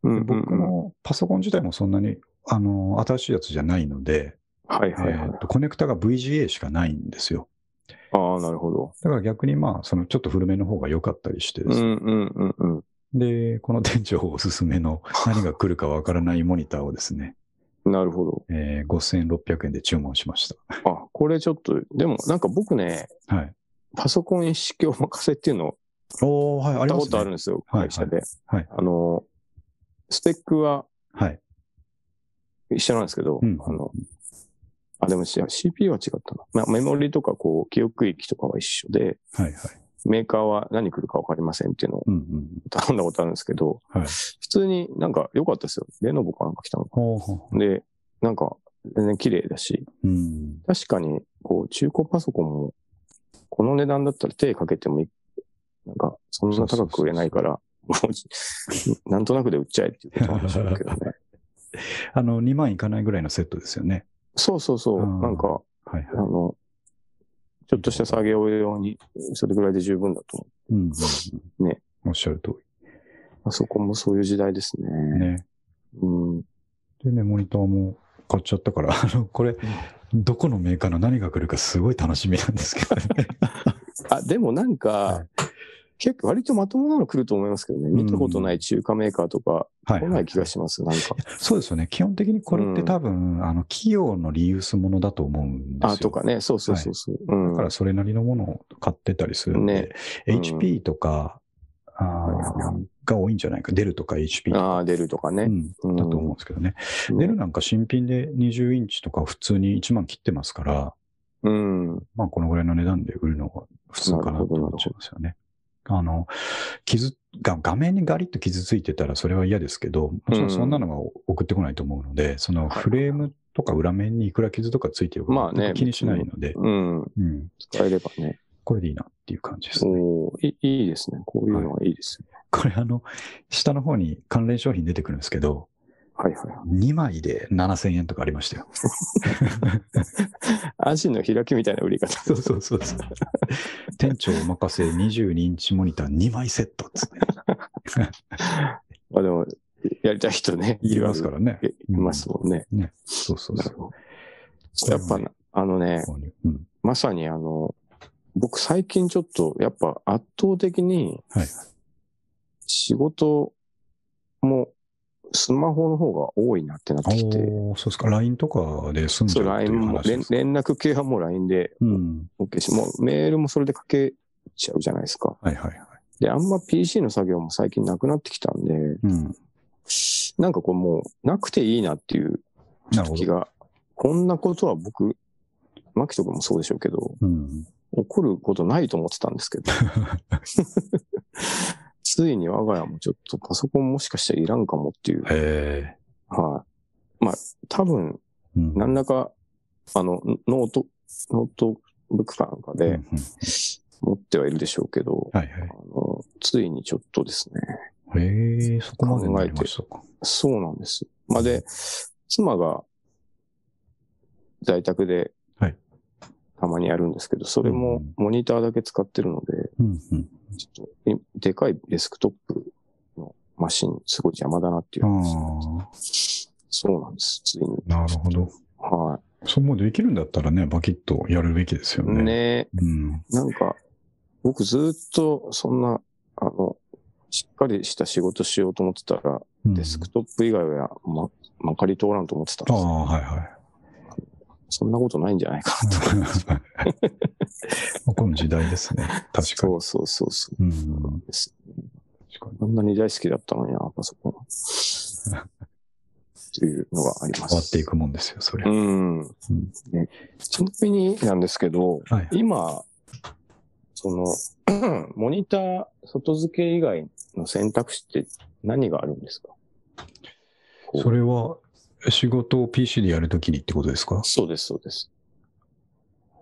S1: うん。
S2: 僕のパソコン自体もそんなに、あの、新しいやつじゃないので、
S1: はいはいはい
S2: えー。とコネクタが VGA しかないんですよ。
S1: ああ、なるほど。
S2: だから逆にまあ、そのちょっと古めの方が良かったりしてで
S1: う
S2: すね、
S1: んうんうんうん。
S2: で、この店長おすすめの何が来るかわからないモニターをですね、
S1: なるほど。
S2: えー5600円で注文しまし
S1: あ、これちょっと、でもなんか僕ね、
S2: た。はい。
S1: パソコン一式お任せっていうのを
S2: おー、はい、あ
S1: やっ
S2: り
S1: た
S2: ま
S1: こ
S2: す
S1: とあるん
S2: ね。
S1: ですよ、
S2: はい
S1: 会社で。
S2: はい
S1: あの、スペックは
S2: はい。
S1: 一緒なんですけど、
S2: うん
S1: あの、あ、でも違う CPU は違ったな。まメモリとかこう、記憶域とかは一緒で、
S2: はい、はい。
S1: メーカーは何来るかわかりませんっていうのを
S2: うんうん。
S1: 頼んだことあるんですけど、
S2: はい
S1: 普通になんか良かったですよ。レノボかなんか来たのか
S2: ほうほうほ
S1: な。で、なんか全然綺麗だし、
S2: う。うん。
S1: 確かに、こう、中古パソコンも、この値段だったら手かけてもいい。なんか、そんな高く売れないから、もう、なんとなくで売っちゃえっていうことなんでしょうけど ね。
S2: あの、2万いかないぐらいのセットですよね。
S1: そうそうそうう。
S2: ん
S1: なんか、
S2: はい、
S1: あ
S2: はい。
S1: の、ちょっとした作業用に、それぐらいで十分だと思
S2: うんうんうん。
S1: ね。
S2: おっしゃる通
S1: う。パソコンもそういう時代ですね。
S2: り。ね。
S1: うん。
S2: でね、モニターも買っちゃったから、あの、これ、どこのメーカーの何が来るかすごい楽しみなんですけど ね。
S1: あ、でもなんか、
S2: はい
S1: 結構割とまともなの来ると思いますけどね。見たことない中華メーカーとか
S2: は
S1: 来ない気が
S2: し
S1: します。なんか。
S2: そうですよね。基本的にこれって多分、あの、企業のリユースものだと思うんですよ。
S1: あ、とかね。そうそうそうそう。うん。
S2: だからそれなりのものを買ってたりするんで、
S1: ねうん
S2: HP とか、あー
S1: はいは
S2: が多いんじゃないか。デルとか HP とか。
S1: ああ、出るとか
S2: う
S1: ね。
S2: ん
S1: うん
S2: だと思うんですけどね。
S1: うん
S2: デルなんか新品で20インチとか普通に1万切ってますから、
S1: うん。
S2: まあ、このぐらいの値段で売るのが普通かなと思っちゃいますよね。あの、傷が、画面にガリッと傷ついてたらそれは嫌ですけど、もちろんそんなのが送ってこないと思うので、そのフレームとか裏面にいくら傷とかついてるか
S1: まあね
S2: 僕気にしないので、
S1: うん。
S2: うん、
S1: 使えればね。
S2: これでいいなっていう感じですね。
S1: おーいいいですね。こういうのはいいですね。
S2: これあの、下の方に関連商品出てくるんですけど、
S1: はいはいは
S2: 2枚で7000円とかありましたよ。
S1: い。アジの開きみたいな売り方。
S2: そうそうそうそう。 店長お任せ22インチモニター2枚セットっつって
S1: まあでも、やりたい人ね。
S2: 言いますからね。
S1: いますもんね。
S2: そうそう
S1: な
S2: そ
S1: る
S2: う。
S1: ほどやっぱな、あのね、
S2: 購入うん。
S1: まさにあの、僕最近ちょっと、やっぱ圧倒的に
S2: はい。
S1: 仕事もスマホの方が多いなってなってきて、
S2: おーそうですか。LINE とかで済んじ
S1: そう、
S2: ゃうってい
S1: LINE
S2: う
S1: も、
S2: 話で
S1: 連
S2: すか。
S1: 連絡系はもう LINE で
S2: うん。
S1: OK し、もうメールもそれでかけちゃうじゃないですか。
S2: はいはいはい。
S1: で、あんま PC の作業も最近なくなってきたんで、
S2: うん。
S1: なんかこうもうなくていいなっていう
S2: なるほ
S1: 気
S2: ど。
S1: が、こんなことは僕、マキト君もそうでしょうけど、
S2: うん。
S1: 起こることないと思ってたんですけど。 ついに我が家もちょっとパソコンもしかしたらいらんかもっていう。
S2: へ
S1: はい。まあ、多分、
S2: え。うん
S1: 何らか、あの、ノート、ノートブックかなんか
S2: うんう
S1: で
S2: ん
S1: 持ってはいるでしょうけど、
S2: はい
S1: あのついにちょっとですね。
S2: はい。へえ、そこまでになりましたか。
S1: そうなんです。まあ、で、妻が在宅で、
S2: はい
S1: たまにやるんですけど、それもモニターだけ使ってるので、
S2: うんうん。
S1: ちょっとい、でかいデスクトップのマシン、すごい邪魔だなっていう話なんです。
S2: あ
S1: そうなんです、ついに。
S2: あ、なるほど。
S1: は
S2: そう、もうできるんだったらね、バキッとやるべきですよ
S1: い。
S2: ね。
S1: ね
S2: うん。
S1: なんか、僕ずーっとそんな、あの、しっかりした仕事しようと思ってたら、
S2: うん
S1: デスクトップ以外はま、まかり通らんと思ってた
S2: あ
S1: んです
S2: あ、はいはい。
S1: そんなことないんじゃないかなと。
S2: この時代ですね。確かに。
S1: そうそうそうそう。
S2: うん。
S1: です
S2: 確かに。
S1: こんなに大好きだったのにな、パソ コン。というのがあります。
S2: 変わってい。くもんですよ、それ。は
S1: うん。ね、ちなみになんですけど、
S2: い。
S1: 今、その、 モニター、外付け以外の選択肢って何があるんですかこう
S2: それは、仕事を PC でやるときにってことですか
S1: そうです、そうです。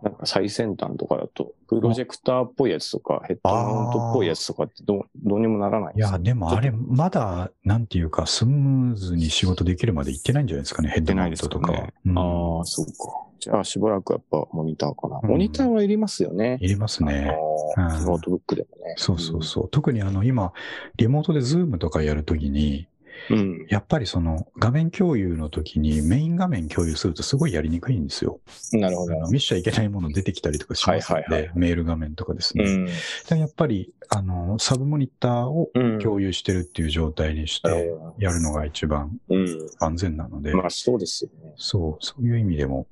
S1: なんか最先端とかだと、プロジェクターっぽいやつとか、ヘッドマウントっぽいやつとかってどうどうにもならないん
S2: い
S1: です
S2: や、
S1: か
S2: でもあれ、まだ、なんていうか、スムーズに仕事できるまでいってないんじゃないですかね、ヘッドマウントとかは。うん
S1: ああ、そうか。じゃあ、しばらくやっぱモニターかな。
S2: うん
S1: モニターはいりますよね。
S2: いりますね。
S1: あ
S2: う
S1: の
S2: ん
S1: ノートブックでもね。
S2: そうそうそう。特にあの、今、リモートでズームとかやるときに、
S1: うん。うん。
S2: やっぱりその、画面共有のときにメイン画面共有するとすごいやりにくいんですよ。
S1: なるほ
S2: あ
S1: ど。
S2: の見しちゃいけないもの出てきたりとかしますの
S1: はいはい
S2: で、メール画面とかです
S1: う
S2: ね。
S1: ん。
S2: でやっぱり、あの、サブモニターを
S1: うん。
S2: 共有してるっていう状態にし
S1: なる
S2: て、
S1: ほ
S2: やるのが一番
S1: ど。うん。
S2: 安全なので、
S1: まあそうですよね。
S2: そう、そういう意味でも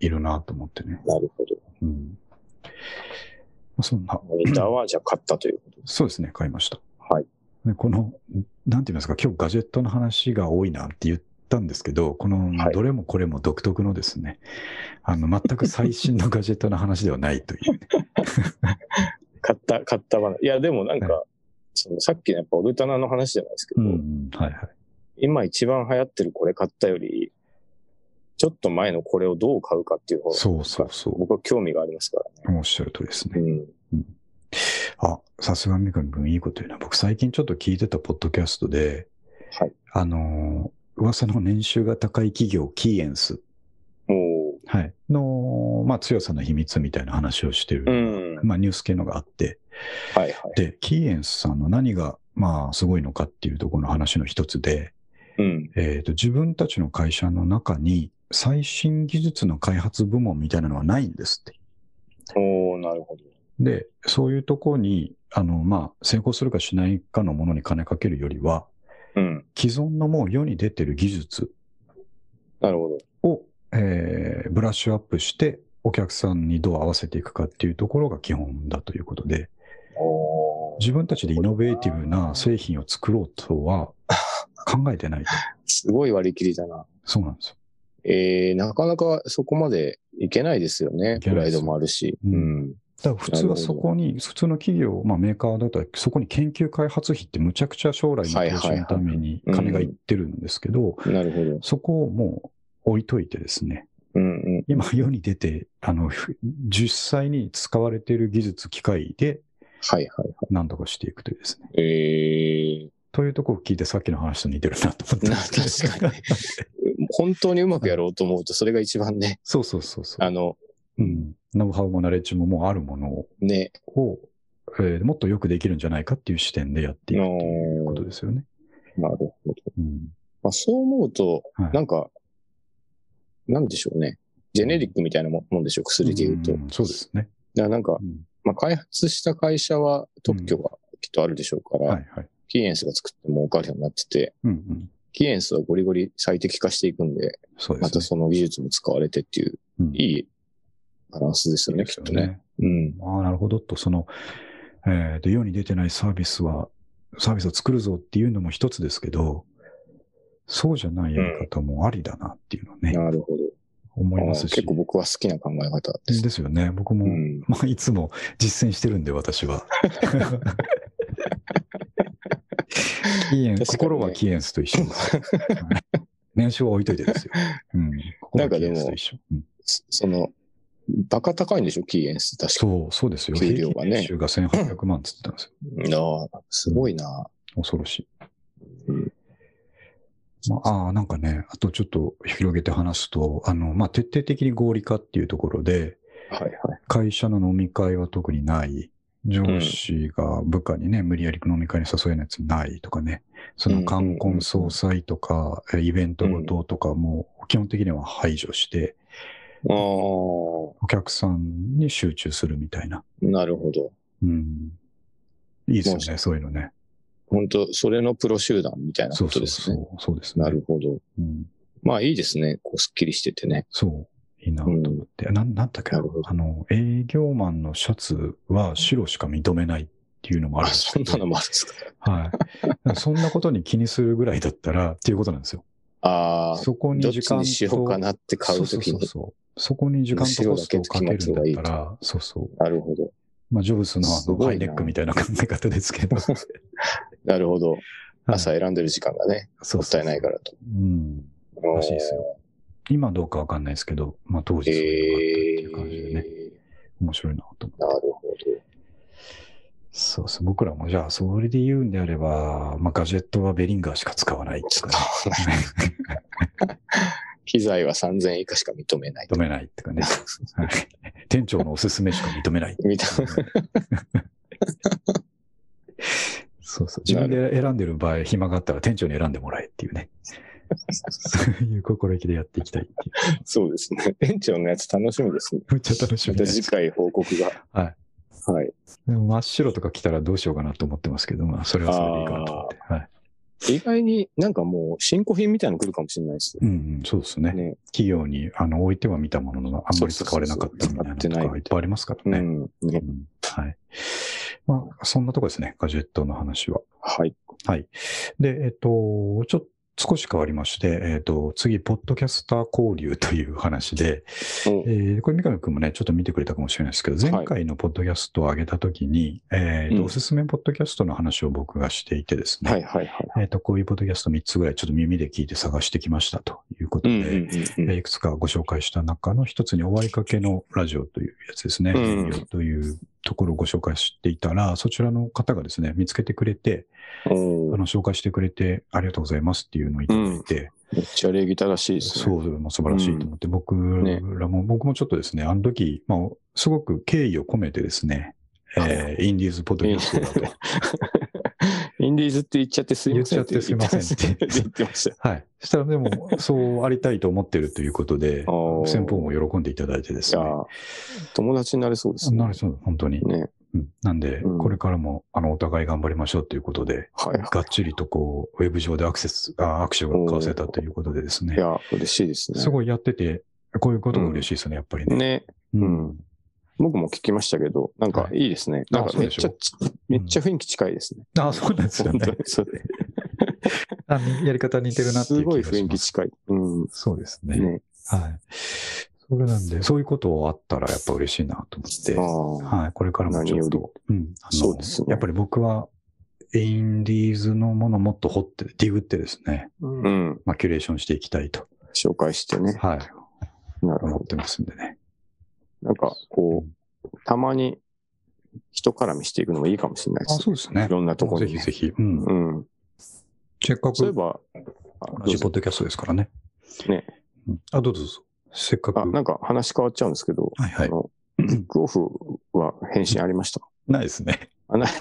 S2: いるなと思ってね。
S1: なるほど。
S2: うん。まあそんな、
S1: モニターはじゃあ買ったということで
S2: そうですね、買いました。
S1: はい。
S2: でこの、なんて言いますか、今日ガジェットの話が多いなって言ったんですけど、この
S1: はい
S2: どれもこれも独特のですね、あの、全く最新のガジェットの話ではないと いう。
S1: す。買った、買った話。いや、でもなんか、そのさっきのやっぱオルタナの話じゃないですけ
S2: う
S1: ど、
S2: ん、はいはい。
S1: 今一番流行ってるこれ買ったより、ちょっと前のこれをどう買うかっていう方が、
S2: そうそうそ
S1: 僕は興味がありますからね。
S2: う。おっしゃる通りですね
S1: う。ん。
S2: あ、さすが三上君いいこと言うな。僕最近ちょっと聞いてたポッドキャストで、
S1: はい
S2: あのー噂の年収が高い企業、キーエンス、
S1: も
S2: はい、の、まあ、強さの秘密みたいな話をして
S1: う、う
S2: る、
S1: ん。
S2: まあ、ニュース系のがあって、
S1: はいはい。
S2: で、キーエンスさんの何が、まあ、すごいのかっていうところの話の一つで、
S1: うん。
S2: えっ、と、自分たちの会社の中に最新技術の開発部門みたいなのはないんですって。
S1: おーなるほど。
S2: で、そういうところに、あの、まあ、成功するかしないかのものに金かけるよりは、
S1: うん。
S2: 既存のもう世に出てる技術
S1: なるほど。
S2: を、えーブラッシュアップしてお客さんにどう合わせていくかっていうところが基本だということで、
S1: おー
S2: 自分たちでイノベーティブな製品を作ろうとは考えてないと。
S1: すごい割り切りだな。
S2: そうなんですよ。
S1: えー、なかなかそこまでいけないですよね。
S2: け
S1: プ
S2: ないで
S1: ライ
S2: す
S1: ドもあるし。
S2: う
S1: うんん。
S2: だから普通はそこに、普通の企業、まあメーカーだったら、そこに研究開発費ってむちゃくちゃ将来の投資のために
S1: はいはいはい
S2: 金がいってるんですけど、
S1: なるほど。
S2: そこをもう置いといてですね、
S1: うんうん。
S2: 今世に出て、あの、ふ実際に使われている技術、機械で
S1: はいは
S2: 何とかしていくというですね。
S1: い。え
S2: というところを聞いてさっきの話と似てるなと思っ
S1: ー、
S2: て。
S1: な。 確かに本当にうまくやろうと思うと、それが一番ね、
S2: そうそうそうそう。
S1: あの、
S2: うん。ノウハウもナレッジももうあるものを、
S1: ね、
S2: えーもっとよくできるんじゃないかっていう視点でやっていく
S1: あー
S2: ということですよね。
S1: なるほど。
S2: うん。
S1: まあ、そう思うと、
S2: はい
S1: なんか、なんでしょうね。ジェネリックみたいなももんでしょう、薬で言うと。
S2: んそうですね。
S1: だからなんか
S2: う、ん
S1: まあ、開発した会社は特許がきっとあるでしょうから、
S2: はいはい。
S1: キーエンスが作って儲かるようになってて、
S2: うんうん。
S1: キーエンスはゴリゴリ最適化していくんで、
S2: そうで
S1: ますた
S2: ね。
S1: その技術も使われてっていう、
S2: うん
S1: いいバランスですよね、
S2: です
S1: き
S2: よ
S1: っとね。。うん。
S2: ああ、なるほどと、その、えーと、世に出てないサービスは、サービスを作るぞっていうのも一つですけど、そうじゃないやり方もありだなっていうのね、
S1: なるほど。
S2: 思い
S1: あー
S2: ますし。
S1: 結構僕は好きな考え方です。
S2: ですよね。僕も、
S1: うん。
S2: まあ、いつも実践してるんで、私 は。 キエン
S1: 確かにね
S2: 心はキエンスと一緒ですよ。はい年収は置いといてですよ。うん。心はキエンスと一緒。うん
S1: そその、バカ高いんでしょ、キーエンス。確か
S2: そう、そうですよ。
S1: 給
S2: 平
S1: 料が
S2: 均
S1: ね
S2: 年収が1800万っつってたんですよ。
S1: に。ああ、すごいな。
S2: 恐ろしい。
S1: うん
S2: まあ、ああ、なんかね、あとちょっと広げて話すと、あの、まあ、徹底的に合理化っていうところで、
S1: はいはい。
S2: 会社の飲み会は特にない。上司が部下にね、無理やり飲み会に誘えないやつないとかね。その冠婚葬祭とか、えイベントごととかも、基本的には排除して、
S1: ああ、
S2: お客さんに集中するみたいな。
S1: なるほど。
S2: うん。いいですよ
S1: も
S2: ね、そういうのね。
S1: 本当それのプロ集団みたいな
S2: そ
S1: こ
S2: うそ
S1: と
S2: う
S1: です
S2: そ
S1: ね。
S2: う。そうですね。
S1: なるほど。
S2: うん
S1: まあいいですね。こう、すっきりしててね。
S2: そう。いいなと思って。なん、なんだっけな
S1: なるほど
S2: あの、営業マンのシャツは白しか認めないっていうのもあ
S1: あ、
S2: るんです
S1: そ
S2: け
S1: ん
S2: ど。
S1: なのもあるんですか。
S2: はい。だからそんなことに気にするぐらいだったらっていうことなんですよ。
S1: ああ、
S2: そこに
S1: どっ
S2: 時
S1: ち
S2: 間と。
S1: にしようかなって買うとき
S2: そうそう
S1: に。
S2: そうそう。そこに時間とコストをかけるんだ
S1: 白だけって決ま
S2: っ
S1: って
S2: たら、そうそう。
S1: なるほど。
S2: まあ、ジョブスのあ
S1: す
S2: の
S1: ごいな
S2: ハイネックみたいな考え方ですけ ど。
S1: なるほど。朝
S2: はい
S1: 選んでる時間がね、
S2: そう。
S1: もったいないかららと。
S2: うん。らしいですよ今どうかわかんないですけど、まあ当
S1: え
S2: 時そういう
S1: え
S2: のがあったっていう感じでね、面白いなと思って
S1: な。るほ
S2: そうそう、僕らもじゃあ、それで言うんであれば、まあ、ガジェットはベリンガーしか使わない
S1: ど。
S2: と
S1: ちょ
S2: か
S1: っ
S2: ね、
S1: と、機材は3000円以下しか認めない と
S2: 認。めないとかね、 はい店長のおすすめしか認めない。
S1: みたいな。
S2: そうそう、自分で選んでる場合、暇があったら店長に選んでもらえっていうね、そういう心意気でやっていきたいってい
S1: そうですね。店長のやつ楽しみですね。
S2: う。めっちゃ楽し
S1: ま
S2: みで
S1: た次
S2: す。
S1: 回報告が。
S2: はい。
S1: はい。
S2: でも真っ白とか来たらどうしようかなと思ってますけど、まあ、それはそれでいいかなと思って。はい。
S1: 意外になんかもう新古品みたいなの来るかもしれないです
S2: うんうん、そうですね。
S1: ね。
S2: 企業に、あの、置いては見たものの、あんまり使われなかったみたいなのとか
S1: そうそうそう使ってない
S2: いっぱいありますから
S1: う
S2: ね。
S1: ん。ね
S2: うんはい。まあ、そんなとこですね、ガジェットの話は。
S1: はい。
S2: はい。で、えっと、ちょっと、少し変わりまして、えっ、と、次、ポッドキャスター交流という話で、
S1: うん
S2: えーこれ、三上くんもね、ちょっと見てくれたかもしれないですけど、前回のポッドキャストを上げたときに、えーと
S1: うん
S2: おすすめポッドキャストの話を僕がしていてですね、
S1: はいはいはい。
S2: えっ、と、こういうポッドキャスト3つぐらいちょっと耳で聞いて探してきましたということ
S1: うん
S2: で、
S1: うんうんう
S2: えー
S1: ん。
S2: いくつかご紹介した中の一つに終わりかけのラジオというやつですね、
S1: うん
S2: というところをご紹介していたら、そちらの方がですね、見つけてくれて、
S1: お
S2: あ
S1: ー
S2: の紹介してくれてありがとうございますっていうのをいただいて、
S1: めっちゃ礼儀正しいですね。
S2: そう、もう素晴らしいと思って、僕
S1: ね
S2: らも、僕もちょっとですね、あの時、まあ、すごく敬意を込めてですね、えーインディーズポッドキャスト だと。
S1: インディーズって言っちゃってすいませんって
S2: 言っちゃってすいませんって
S1: 言ってました。
S2: はい。そしたらでも、そうありたいと思ってるということで
S1: お、ー
S2: 先方も喜んでいただいてです
S1: じゃ
S2: ね。
S1: あ、友達になれそうですね。
S2: なるほど、本当に。
S1: ね。
S2: うんなんで、
S1: うん
S2: これからも、あの、お互い頑張りましょうということで、
S1: はいは
S2: がっちりとこう、ウェブ上でアクセス、あアクションが交わせたということでです
S1: い。い
S2: ね、
S1: や、嬉しいですね。
S2: すごいやってて、こういうことが嬉しいですね、やっぱりね。
S1: ね。
S2: う
S1: うん。僕も聞きましたけど、なんかいいですね。
S2: あ
S1: なんかめっち
S2: そう
S1: ゃ
S2: で、
S1: めっちゃ雰囲気近いですね。
S2: あそうなんですよ
S1: 本
S2: ね
S1: 当に。そうです
S2: あやり方似てるなってい
S1: す
S2: う気が
S1: ごい
S2: します。
S1: 雰囲気近い。うん。
S2: そうですね。
S1: ね。
S2: はい。それなんで、そういうことあったらやっぱ嬉しいなと思って。
S1: ああ、
S2: はい、これからもちょっと、うん、あの
S1: そうですね
S2: やっぱり僕は、インディーズのものをもっと掘って、ディグってですね、
S3: うん
S1: うん。
S2: まあ、キュレーションしていきたいと、
S1: 紹介してね。
S2: はい、
S1: なる
S2: 思
S1: ほ
S2: ってますんでね。
S1: ど。なんか、こう、たまに人絡みしていくのもいいかもしれない
S2: あ、
S1: です
S2: そうですね
S1: い。ろんなとこ
S2: ぜ
S1: ろに
S2: ひ
S1: ね。
S2: ぜひ、うん。
S1: うん。
S2: せっかく、
S1: そういえ
S2: 同
S1: ば、あ
S2: じポッドキャストですからね。
S1: ね
S2: うん。あ、どうぞどうぞ。せっかく。
S1: あ、なんか話変わっちゃうんですけど、
S2: はいは
S1: あ
S2: い。
S1: の、ブックオフは返信ありました。
S2: ないですね。
S1: あ、ない。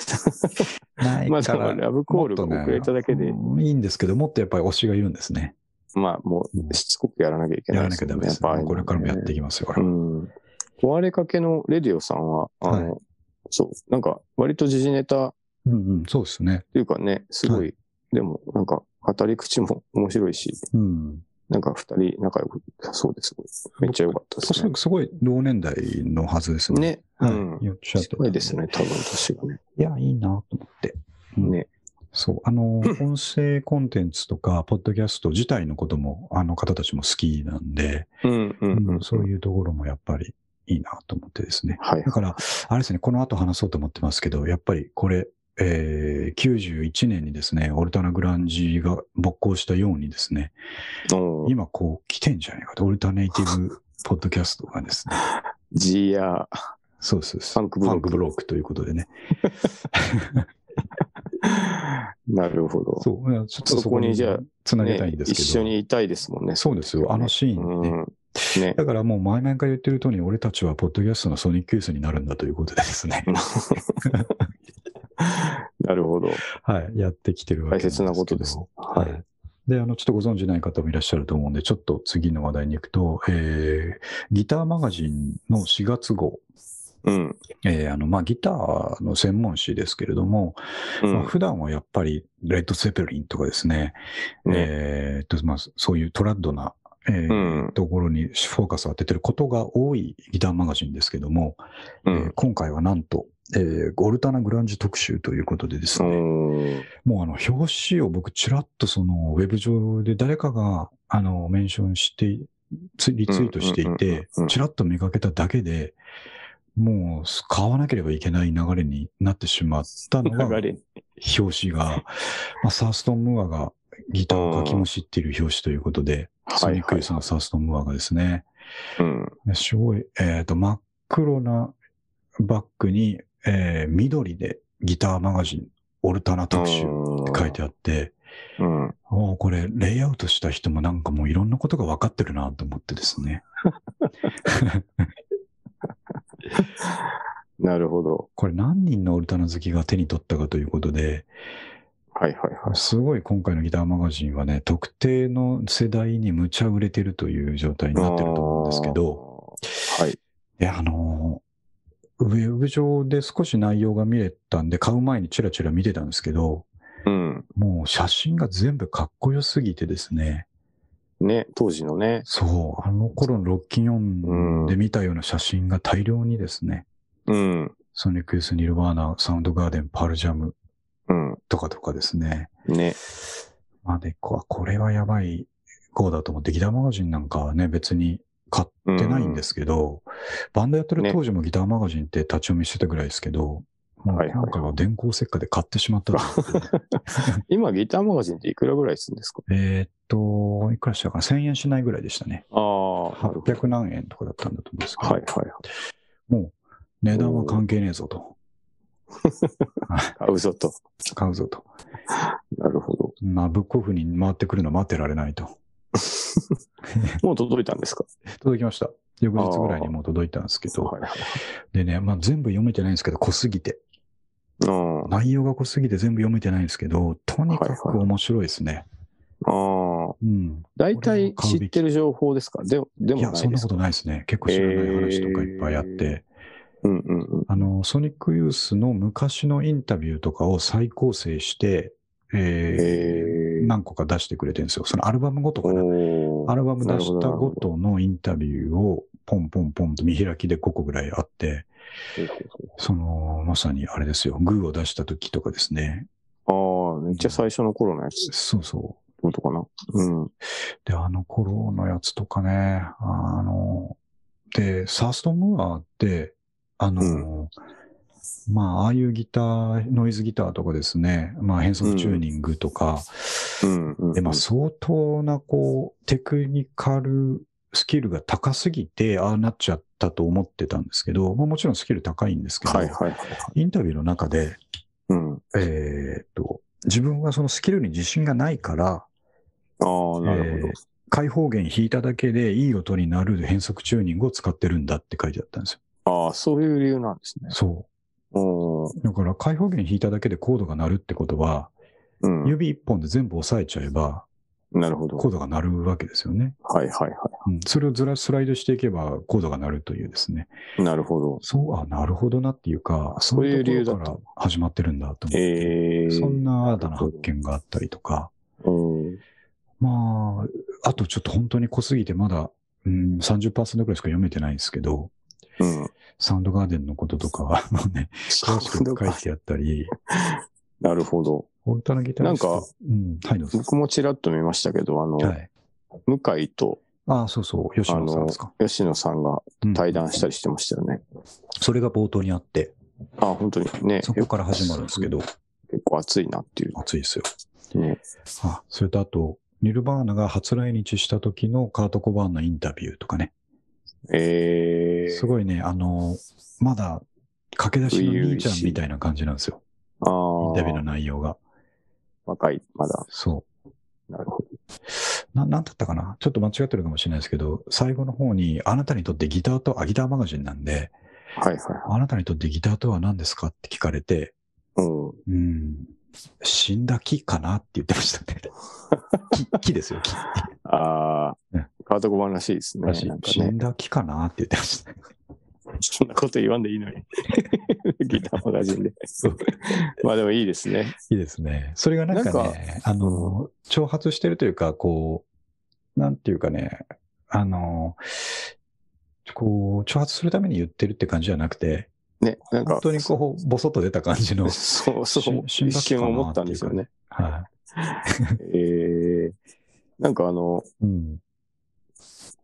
S2: ない
S1: まあ、
S2: か
S1: だからら、ラブコールが遅れただけで、
S2: うんいいんですけど、もっとやっぱり推しがいるんですね。
S1: まあ、もう、しつこくやらなきゃいけない、
S2: やらなきゃダメですね。
S1: やっぱ
S2: もうこれからもやっていきますよ、こ
S1: う
S2: れは
S1: ん。壊れかけのレディオさんは、あの、そう、なんか、割と時事ネタっ
S2: うんうん、そうですね。
S1: ていうかね、すごい、
S2: は
S1: でも、なんか、語り口も 面白いし、
S2: うん。
S1: なんか二人仲良く、そうです。めっちゃ良かったで
S2: おそ
S1: す
S2: ら
S1: ね。
S2: くすごい同年代のはずですね。。
S1: ね。う
S2: はい。
S1: ん。
S2: よっしゃって
S1: すごいですね、多分、年がね。
S2: いや、いいなと思って。うん
S1: ね。
S2: そう。あ の、音声コンテンツとか、ポッドキャスト自体のことも、あの方たちも好きなんで、
S1: うん、うん、うん。
S2: そう
S1: う。
S2: いうところもやっぱりいいなと思ってですね。
S1: はい
S2: だ。から、あれですね、この後話そうと思ってますけど、やっぱりこれ、えー91年にですね、オルタナ・グランジが勃興したようにですね、
S1: おー
S2: 今こう来てんじゃないかと、オルタネイティ ブポッドキャストがですね、
S1: ジア、
S2: そうですそうです。
S1: ファンクブロック
S2: ブロックということでね。
S1: なるほど。
S2: そう、いやちょっと
S1: そこにじゃあ、
S2: つなげ
S1: ね
S2: たいんですけど。
S1: 一緒にいたいですもんね。
S2: そうですよ、あのシーンね。
S1: うん。ね。
S2: だからもう前々から言ってる通り、俺たちはポッドキャストのソニックユースになるんだということでですね。
S1: なるほど。
S2: はい、やってきてるわけなんですけど
S1: 大切なことです。
S2: は。
S1: はい
S2: で、あの、ちょっとご存知ない方もいらっしゃると思うんで、ちょっと次の話題に行くと、えー、ギターマガジンの4月号、
S1: うん。
S2: えー、あの、まあ、ギターの専門誌ですけれども、
S1: う
S2: まあ
S1: ん。
S2: 普段はやっぱり、レッド・セペリンとかですね、
S1: ね
S2: えーっと、まあ、そういうトラッドな、えー
S1: うん
S2: ところにフォーカスを当ててることが多いギターマガジンですけども、
S1: う
S2: えー
S1: ん。
S2: 今回はなんと、えー、オルタナ・グランジ特集ということでですね、
S1: うん
S2: もうあの、表紙を僕、ちらっとその、ウェブ上で誰かが、あの、メンションして、つリツイートしてい
S1: うんうんうん
S2: て
S1: うん、
S2: ちらっと見かけただけで、もう、買わなければいけない流れになってしまったのが、
S1: 流
S2: 表
S1: れ。
S2: 紙が、まあ、サーストン・ムーアがギターを書きも知っている表紙ということで、ソ
S1: はい
S2: ニック
S1: は
S2: ユー
S1: い
S2: ス。のサーストン・ムーアがですね、
S1: うん。
S2: ねすごい、えっ、と、真っ黒なバッグに、えー緑でギターマガジン、オルタナ特集って書いてあって、
S1: うん。
S2: おーこれ、レイアウトした人もなんかもういろんなことが分かってるなと思ってですね。
S1: なるほど。
S2: これ何人のオルタナ好きが手に取ったかということで、
S1: はいはいはい。
S2: すごい今回のギターマガジンはね、特定の世代に無茶売れてるという状態になってると思うんですけど、
S1: あー。はい。
S2: いや、あのーウェブ上で少し内容が見れたんで、買う前にチラチラ見てたんですけど、
S1: うん。
S2: もう写真が全部かっこよすぎてですね、
S1: ね、当時のね。
S2: そう、あの頃のロッキン
S1: う
S2: 4
S1: ん
S2: で見たような写真が大量にですね、
S1: うん。
S2: ソニックユース、ニルバーナ、サウンドガーデン、パールジャム
S1: うん。
S2: とかとかですね。
S1: ね。
S2: まあ、で、ここれはやばい号だと思って、ギターマガジンなんかはね、別に買ってないんですけど、バンドやってる当時もギターマガジンって立ち読みしてたぐらいですけど、もう
S1: はいはい
S2: 今回は電光石火で買ってしまったということで
S1: 今、ギターマガジンっていくらぐらいするんですか
S2: えーっと、いくらしたかな ?1000 円しないぐらいでしたね。
S1: ああ、なるほど。
S2: 800何円とかだったんだと思うんですけど、
S1: はいはい。
S2: もう値段は関係ねえぞと。
S1: あ、嘘と。
S2: 買うぞと。
S1: なるほど。
S2: まあ、ブックオフに回ってくるの待ってられないと。
S1: もう届いたんですか
S2: 届きました。翌日ぐらいにもう届いたんですけど。
S1: はいはい。
S2: でね、まあ全部読めてないんですけど、濃すぎて。
S1: うん。あ
S2: 内容が濃すぎて全部読めてないんですけど、とにか
S1: はい
S2: く
S1: はい
S2: 面白いですね。
S1: あ。
S2: うん。
S1: 大体知ってる情報ですかでで
S2: い
S1: も
S2: や、
S1: な
S2: そ
S1: い
S2: ん
S1: で
S2: な
S1: す
S2: こ
S1: か
S2: とないですね。結構知らない話とかいっぱいあって。
S1: うんうんうん。
S2: あの、ソニックユースの昔のインタビューとかを再構成して、え
S1: え
S2: ー
S1: ー。
S2: 何個か出してくれてるんですよ。そのアルバムごとかな。
S1: おー
S2: アルバム出したごとのインタビューをポンポンポンと見開きで5個ぐらいあって、その、まさにあれですよ、グーを出した時とかですね。
S1: ああ、めっちゃ最初の頃のやつ。
S2: そうそ
S1: ことかな。うん。
S2: で、あの頃のやつとかね、あの、で、サーストムーアって、あの、まあ、ああいうギター、ノイズギターとかですね、まあ、変速チューニングとか、
S1: うん、うん。
S2: で、まあ、相当な、こう、テクニカルスキルが高すぎて、ああなっちゃったと思ってたんですけど、まあ、もちろんスキル高いんですけど、
S1: はいはいはいはい。
S2: インタビューの中で、
S1: うん。
S2: えーっと、自分はそのスキルに自信がないから、
S1: ああ、なる
S2: えー開放弦弾いただけでいい音になる変速チューニングを使ってるんだって書いてあったんですよ。
S1: ほど。ああ、そういう理由なんですね。
S2: そ
S1: おー
S2: う。だから開放弦弾いただけでコードが鳴るってことは、
S1: うん。
S2: 指一本で全部押さえちゃえば、
S1: なるほど。
S2: コードが鳴るわけですよね。
S1: はいはいは
S2: うん、それをずらスライドしていけばコードが鳴るというですね。
S1: い。なるほど。
S2: そう、あ、なるほどなっていうか、そういうところから始まってるんだと思って。
S1: ええー。
S2: そんな新たな発見があったりとか、
S1: うん。
S2: まあ、あとちょっと本当に濃すぎてまだ、うん、30%くらいしか読めてないんですけど、
S1: うん。
S2: サウンドガーデンのこととかは、 もうね、詳しく書いてあったり、
S1: なるほど。
S2: 本当のギタリスト。
S1: なんか、
S2: うん、はい、どうぞ。
S1: 僕もちらっと見ましたけど、あの、
S2: はい。
S1: 向井と
S2: ああ、そうそう、吉
S1: あ
S2: 野さん
S1: の
S2: ですか。
S1: 吉野さんが
S2: うん
S1: 対談したりしてましたよね。
S2: それが冒頭にあって、
S1: ああ、本当にね、
S2: そこから始まるんですけど、
S1: 結構熱いなっていう。
S2: 熱いですよ。
S1: ね、
S2: あ、それとあと、ニルバーナが初来日した時のカート・コバーンのインタビューとかね。
S1: ええ
S2: すごいね、あの、まだ、駆け出しの兄ちゃんみたいな感じなんですよ。
S1: あ
S2: インタビューの
S1: あ、
S2: 内容が。
S1: 若い、まだ。
S2: そう。
S1: なるほど。
S2: な、なんだったかなちょっと間違ってるかもしれないですけど、最後の方に、あなたにとってギターと、あ、ギターマガジンなんで、
S1: はいは
S2: あなたにとってギターとは何ですかって聞かれて、
S1: い。うん。
S2: うん、死んだ木かなって言ってました ね。木、木ですよ、木。
S1: あ
S2: ね
S1: あ、カートコバンらしいですね。
S2: らしい
S1: なんか
S2: 死
S1: ね
S2: ん、だ木かなって言ってましたね。
S1: そんなこと言わんでいいの に。ギターマガジンで。まあでもいいですね。
S2: いいですね。それがなんかね、あの、挑発してるというか、こう、なんていうかね、あの、こう、挑発するために言ってるって感じじゃなくて、
S1: ね、なん
S2: 本
S1: か、
S2: 当にこう、ボソッと出た感じの、
S1: そうそう、
S2: し
S1: 一瞬思ったんですよね。
S2: は
S1: ええなんかあの、
S2: い。うん。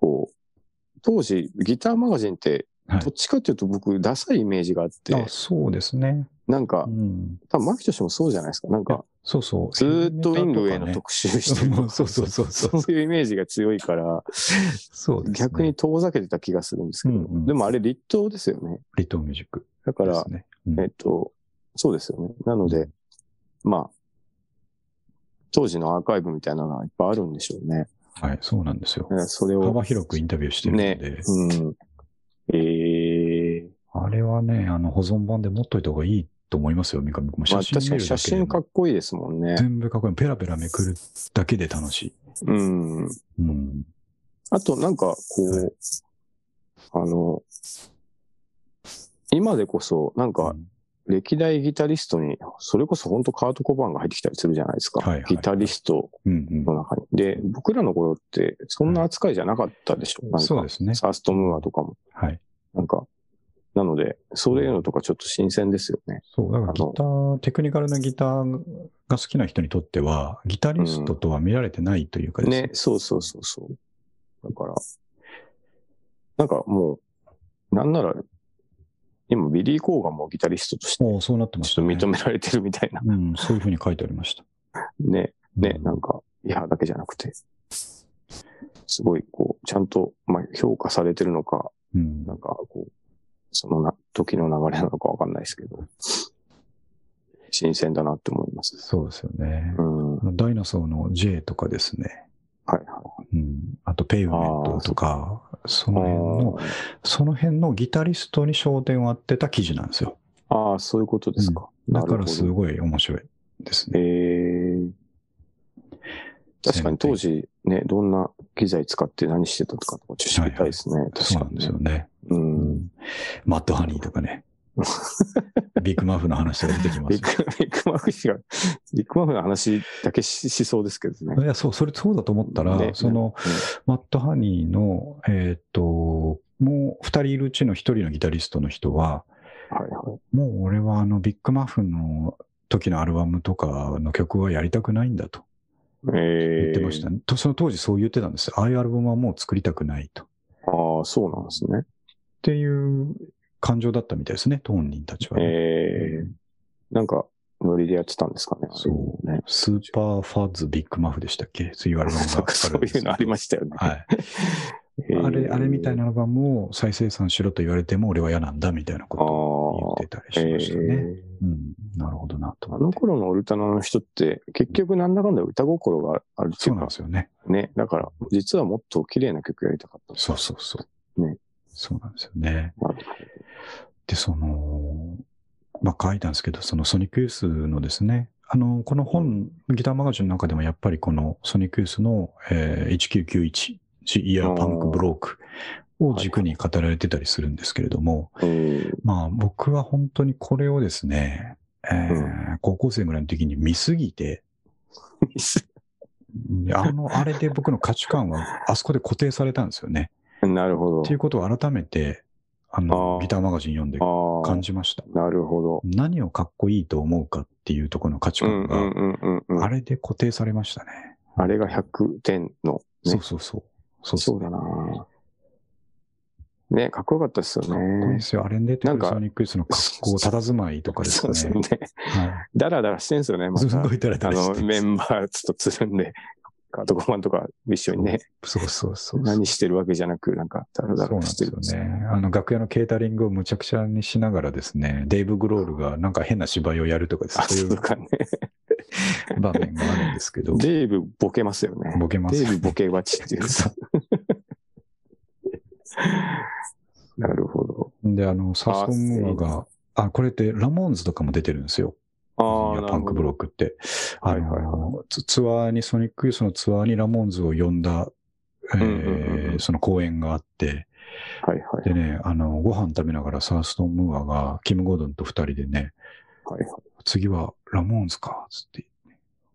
S1: こう、当時、ギターマガジンって、
S2: はい
S1: どっちかっていうと僕、ダサいイメージがあって、
S2: あそうですね。
S1: なんか
S2: う、ん。
S1: 多分、牧としてもそうじゃないですか。なんか、
S2: そうそう。
S1: ずーっとウィングウェイの
S2: と
S1: 特集してる
S2: も うそうそうそうそ
S1: そうういうイメージが強いから、
S2: そうですね。
S1: 逆に。遠ざけてた気がするんですけど、
S2: うんうん
S1: でもあれ立冬ですよね。
S2: リトーンミュージック
S1: だか
S2: で
S1: ら
S2: す、ね。うん
S1: えっと、そうですよね。なので、まあ、当時のアーカイブみたいなのがいっぱいあるんでしょうね。
S2: はい、そうなんですよ。
S1: ねそれを
S2: 幅。広くインタビューしてるんで、
S1: うん。ええ
S2: あれはね、あの、保存版で持っといた方がいいと思いますよ、三上君も。
S1: まあ
S2: 写真
S1: 確か
S2: 見
S1: に
S2: るだ
S1: 写
S2: けで
S1: 真か
S2: も
S1: っこいいですもんね。
S2: 全部かっこいい。ペラペラめくるだけで楽しい。
S1: うん。
S2: うん。
S1: あとなんか、こう、
S2: はい
S1: あの、今でこそ、なんか、歴代ギタリストに、それこそ本当カート・コバーンが入ってきたりするじゃないですか。
S2: はいはい
S1: ギタリスト
S2: うんうん
S1: の中に。で、僕らの頃って、そんな扱いじゃなかったでしょ。なんか
S2: そうですね。
S1: サースト・ムーアとかも。
S2: はい。
S1: なんか、なので、そういうのとかちょっと新鮮ですよね。
S2: そう、だからギター、テクニカルなギターが好きな人にとっては、ギタリストとは見られてないというかですね。
S1: ね、そうそうそうそう。だから、なんかもう、なんなら、今ビリー・コーガンもギタリストとして、
S2: もうそうなってまし
S1: ち
S2: た、
S1: ょっ
S2: ね。
S1: と認められてるみたいな。
S2: うん、そういうふうに書いてありました。
S1: ね、ね、
S2: うん
S1: なんか、リハだけじゃなくて、すごい、こう、ちゃんと、まあ、評価されてるのか、
S2: うん
S1: なんか、こう、そのな時の流れなのかわかんないですけど、新鮮だなって思います。
S2: そうですよね
S1: う。ん。はい
S2: あのダイナソーの J とかですね。
S1: は
S2: う
S1: い。
S2: ん。あと、ペイブメントとか、その辺の、
S1: あー
S2: その辺のギタリストに焦点を当てた記事なんですよ。
S1: あー、そういうことですか。
S2: だからす
S1: い。
S2: ごい面白いです
S1: え
S2: ね。
S1: ー確かに当時ね、どんな機材使って何してたとか、知りたいですね。確
S2: そう
S1: か
S2: なん
S1: に
S2: で
S1: ね
S2: すよね。
S1: うん。
S2: マッドハニーとか ね。ビッグマフの話が出てきま
S1: ビ
S2: す
S1: ッ。グ、ビッグマフ氏が、ビッグマフの話だけししそうですけどね。
S2: いや、そう、それそうだと思ったら、
S1: ね
S2: その、
S1: うん
S2: マット・ハニーの、えーっ、と、もう二人いるうちの一人のギタリストの人は、
S1: はいはい。
S2: もう俺はあのビッグマフの時のアルバムとかの曲はやりたくないんだと。言
S1: え
S2: ってましたね。とその当時そう言ってたんですよ。ああいうアルバムはもう作りたくないと。っ
S1: ああ、そうなんですね。
S2: ていう感情だったみたいですね、当人たちはね、
S1: ええなんか、ノリでやってたんですかね。
S2: そう
S1: ね。
S2: スーパーファズビッグマフでしたっけそういうアルバムが
S1: なんかそういうのありま
S2: し
S1: したよね。
S2: はい。あれ、あれみたいなアルバムを再生産しろと言われても俺は嫌なんだみたいな
S1: あ
S2: ことを
S1: ー
S2: 言ってたりしましたね。
S1: ええ
S2: うん。なるほどなと
S1: あ
S2: 思
S1: の
S2: って。
S1: 頃のオルタナの人って、結局なんだかんだ歌心があるって
S2: そ
S1: いうう
S2: なん
S1: か
S2: で、すよね。
S1: ね。だから、実はもっと綺麗な曲やりたかった。
S2: そうそうそう。
S1: ね。
S2: そうなんですよね。
S1: なる
S2: で、その、まあ、書いたんですけど、そのソニックユースのですね、あの、この本、ギターマガジンの中でもやっぱりこのソニックユースの、えー、1991、The Year
S1: あー
S2: Punk Broke を軸に語られてたりするんですけれども、
S1: ほどえ
S2: まあ僕は本当にこれをですね、えー
S1: う
S2: 高校生ぐらいの時に見すぎて、あの、あれで僕の価値観はあそこで固定されたんですよね。
S1: えなるほど
S2: っていうことを改めて、あの、
S1: あー
S2: ギターマガジン読んで。
S1: ああ
S2: 感じました。
S1: なるほど。
S2: 何をかっこいいと思うかっていうところの価値
S1: うん
S2: 観
S1: うん
S2: が、
S1: うんうんうん。
S2: あ
S1: あれ
S2: れで固定されましたね。
S1: が100点の。ね
S2: そうそうそう。そう
S1: そ
S2: そうう。
S1: だなね、かっこよかったですよ
S2: かっこいいで
S1: ね。
S2: すよ。あれに出てく
S1: なん
S2: る
S1: か
S2: ソニックイスの格好、たたずまいとかです
S1: そ
S2: ね。
S1: うですよね。
S2: は
S1: だらだらしてんすよね、
S2: い。
S1: ますた
S2: ご。いだらだ
S1: あ
S2: らし
S1: の、
S2: て
S1: メンバーちょっとつるんで、カートコマンとか一緒にね、
S2: そうそうそう。
S1: 何してるわけじゃなく、なんか、だら
S2: そ
S1: だ
S2: うなん
S1: ら
S2: で
S1: し
S2: す
S1: てる
S2: よね。あの、楽屋のケータリングをむちゃくちゃにしながらですね、デイブ・グロールがなんか変な芝居をやるとかです
S1: あ、
S2: ね、そう
S1: そ
S2: いう
S1: かね。
S2: う場面があるんですけど、
S1: デーブボケますよね。
S2: ボケます
S1: デーブボケバチっていうさ。なるほど。
S2: で、あの、サソンムーアが、あ、これってラモーンズとかも出てるんですよ。
S1: ああ、
S2: パンクブロックって。あ
S1: はいはい
S2: の、ツツアーに、ソニックユースのツアーにラモーンズを呼んだ、えー
S1: うんうんうんうん
S2: その公演があって、
S1: ク。はいはい
S2: でね、あの、ご飯食べながらサーストン・ムーアが、キム・ゴードンと二人でね、
S1: はいはい。
S2: 次はラモーンズか、つって、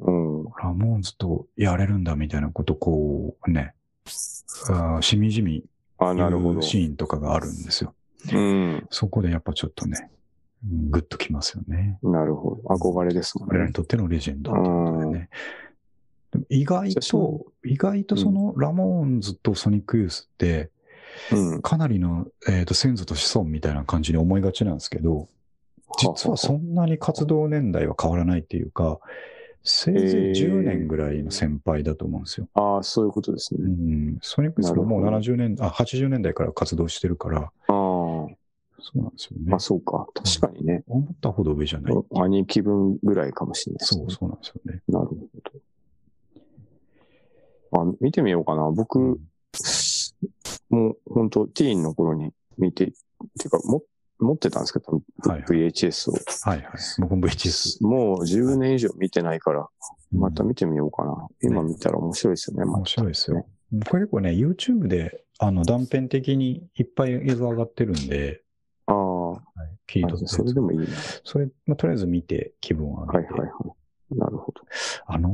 S1: うん。
S2: ラモーンズとやれるんだみたいなこと、こうね、あーしみじみ
S1: あ、なるほ
S2: 言
S1: ど
S2: う。シーンとかがあるんですよ。
S1: うん。
S2: そこでやっぱちょっとね、うんグッときますよね。
S1: なるほど。憧れですもん
S2: 我らに
S1: ね。
S2: とってのレジェンドってことでね。でも意外
S1: じゃあ
S2: と、意外とそのラモーンズとソニックユースって、
S1: うん。
S2: かなりの、えーと先祖と子孫みたいな感じに思いがちなんですけど、実はそんなに活動年代は変わらないっていうか、せいぜい10年ぐらいの先輩だと思うんですよ。
S1: ああ、そういうことです
S2: う
S1: ね。
S2: ん、ソニックユースももう
S1: なるほ
S2: 70年、あ、80年代から活動してるから、
S1: ああ、
S2: そうなんですよね
S1: まあ。そうか。確かにね。
S2: 思ったほど上じゃない。
S1: 兄貴分ぐらいかもしれないですね
S2: そう、そうなんですよね。
S1: なるほど。あ見てみようかな。僕、もう本当ティーンの頃に見て、てかも持ってたんですけど、
S2: はいはい
S1: VHS を。
S2: はいはい。僕も VHS。
S1: もう10年以上見てないから、また
S2: うん
S1: 見てみようかな。今見たら面白いですよね、また
S2: 面白いですよ。僕は結構ね、YouTube であの断片的にいっぱい映像上がってるんで、
S1: ああ、
S2: 聞いとっ
S1: あ
S2: て
S1: それでもいいな。
S2: それ、まあ、とりあえず見て気分を
S1: は
S2: 上
S1: い
S2: げて、
S1: はいはい。なるほど。
S2: あの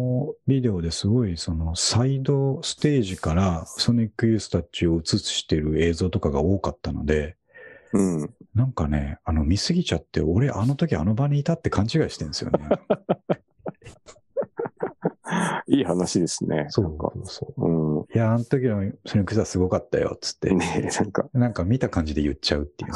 S2: ービデオですごい、その、サイドステージからソニックユースたちを映してる映像とかが多かったので、
S1: うん。
S2: なんかね、あの、見すぎちゃって、俺、あの時あの場にいたって勘違いしてるんですよね。
S1: いい話ですね。なんか。
S2: そうう。いや、あの時のソニックユースはすごかったよ、つって
S1: ん。。ねえ、なんか、
S2: なんか見た感じで言っちゃう っていう。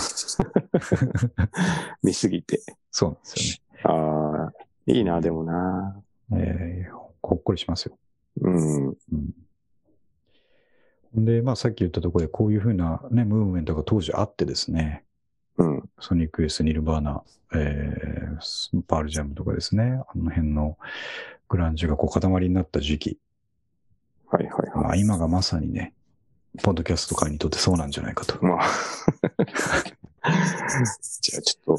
S1: 見すぎて。
S2: そうなんです
S1: ああ、いいな、でもな。
S2: よね。えーほっこりしますよ。
S1: うん。
S2: うん。で、まあさっき言ったところで、こういうふうなね、ムーブメントが当時あってですね、
S1: うん。
S2: ソニック・エス、ニルバーナ、えー、パールジャムとかですね、あの辺のグランジがこう塊になった時期、
S1: はいはいはい。
S2: まあ今がまさにね、ポッドキャスト界にとってそうなんじゃないかと。
S1: まあ。 じゃあちょっと、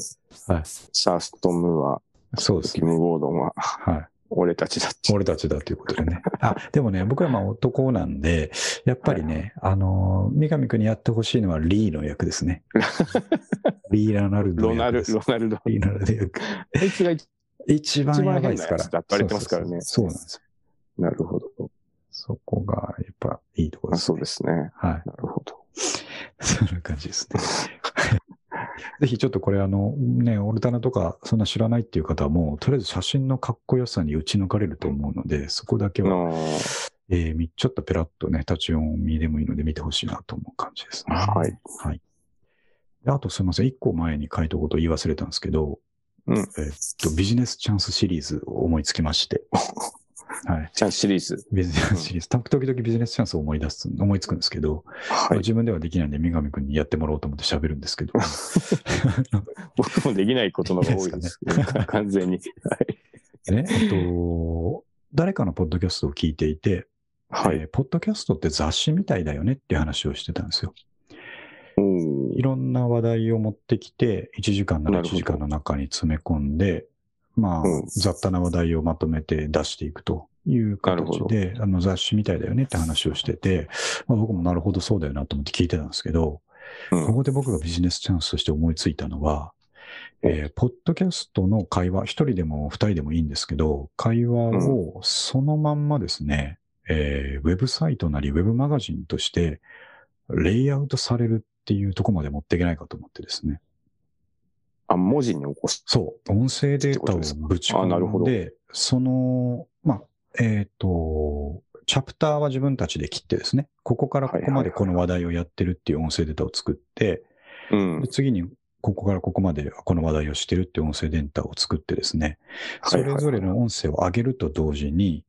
S2: はい
S1: サーストムーア、
S2: そうです
S1: キ
S2: ね。
S1: ム・ゴードンは
S2: はい。
S1: 俺たちだって。
S2: 俺たちだということでね。 あ、でもね、僕はまあ男なんで、やっぱりね、あのー、三上くんにやってほしいのはリーの役です ね。リー・ラナルド
S1: ロ
S2: の
S1: ナ
S2: 役で
S1: ル
S2: す。
S1: ド、ロナルド。
S2: リー・ラナルドの役。
S1: あいつが一
S2: 一番やばいですから。
S1: 一番変なやつだって言われてますからね
S2: そうそうそうそうなんですよ。
S1: なるほど。
S2: そこが、やっぱ、いいところ
S1: あ
S2: です、
S1: そ
S2: ね
S1: う。ですね。
S2: はい。
S1: なるほど。
S2: そんな感じですね。 ぜひちょっとこれあの、ね、オルタナとかそんな知らないっていう方はもう、とりあえず写真のかっこよさに打ち抜かれると思うので、そこだけ
S1: あ
S2: は、
S1: ー
S2: えーみちょっとペラッとね、立ち読みでもいいので見てほしいなと思う感じですね。
S1: はい。
S2: はい。であとすいません、一個前に書いたこと言い忘れたんですけど、
S1: うん
S2: えっと、ビジネスチャンスシリーズを思いつきま して。はい。
S1: チャンスシリーズ。
S2: ビジネスチャンスシリーズ。時々ビジネスチャンスを思い出す、思いつくんですけど、
S1: はい。
S2: 自分ではできないんで、三上くんにやってもらおうと思って喋るんです けど。
S1: 僕もできないことの方が多い です。完全に。
S2: ね、えっと、誰かのポッドキャストを聞いていて、
S1: はい。は
S2: え
S1: い。
S2: ーポッドキャストって雑誌みたいだよねっていう話をしてたんですよ。
S1: お
S2: いろんな話題を持ってきて、1時間なら1時間の中に詰め込んで、まあ、
S1: うん
S2: 雑多な話題をまとめて出していくという
S1: なるほ
S2: 形
S1: ど
S2: で、あの雑誌みたいだよねって話をしてて、まあ、僕もなるほどそうだよなと思って聞いてたんですけど、
S1: うん
S2: ここで僕がビジネスチャンスとして思いついたのは、
S1: お
S2: えーポッドキャストの会話、一人でも二人でもいいんですけど、会話をそのまんまですね、えーウェブサイトなりウェブマガジンとして、レイアウトされるっていうとこまで持っていけないかと思ってですね。
S1: あ、文字に起こす。
S2: そう。音声データ
S1: ってことです
S2: をぶち
S1: あなるほ
S2: 込ん
S1: ど
S2: で、その、まあ、えっ、と、チャプターは自分たちで切ってですね、ここからここまでこの話題をやってるっていう音声データを作って、
S1: うん
S2: で。次にここからここまでこの話題をしてるっていう音声データを作ってですね、それぞれ
S1: はいはいはい。
S2: の音声を上げると同時に、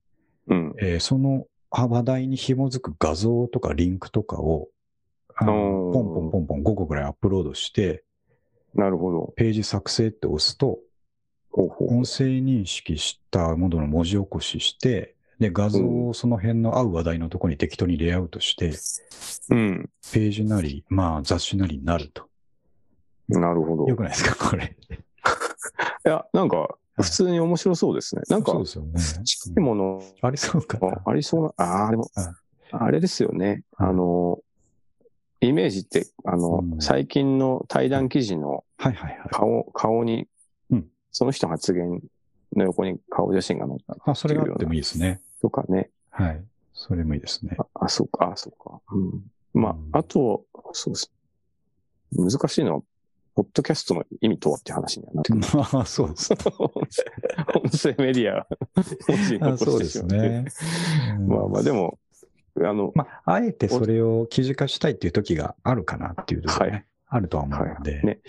S1: うん。
S2: えーその話題に紐づく画像とかリンクとかを、あの
S1: おー
S2: ポンポンポンポン5個ぐらいアップロードして、
S1: なるほど。
S2: ページ作成って押すと、
S1: ほうほう。
S2: 音声認識したものの文字起こしして、で、画像をその辺の合う話題のところに適当にレイアウトして、
S1: うん。
S2: ページなり、まあ雑誌なりになると。
S1: なるほど。
S2: よくないですか、これ。
S1: いや、なんか、普通に面白そうですね。なんか
S2: そう、ですよね。
S1: 近いもの
S2: ありそうかな。
S1: ありそうな、ああ、でも
S2: うん、
S1: あれですよね。
S2: うん
S1: あの、イメージって、あの
S2: う、ん
S1: 最近の対談記事の
S2: はいはいはい。
S1: 顔、顔に
S2: うん、
S1: その人発言の横に顔写真が載った
S2: あ、それがあってもいいですね。
S1: とかね。
S2: はい。それもいいですね。
S1: あ、あそうか、あ、そうか。うん。ま
S2: うん
S1: あ、あと、そうです。難しいのは、ポッドキャストの意味とはって話にはなってくる。
S2: まあ、そうです。
S1: 音声メディア、文字に
S2: あ
S1: 残
S2: そう
S1: して
S2: で
S1: し
S2: す
S1: まってる。
S2: ね。うん
S1: まあまあ、でも、あの、
S2: まあ、あえてそれを記事化したいっていう時があるかなっていうところね、
S1: はい
S2: あるとは思う
S1: は
S2: ので、
S1: い。ね。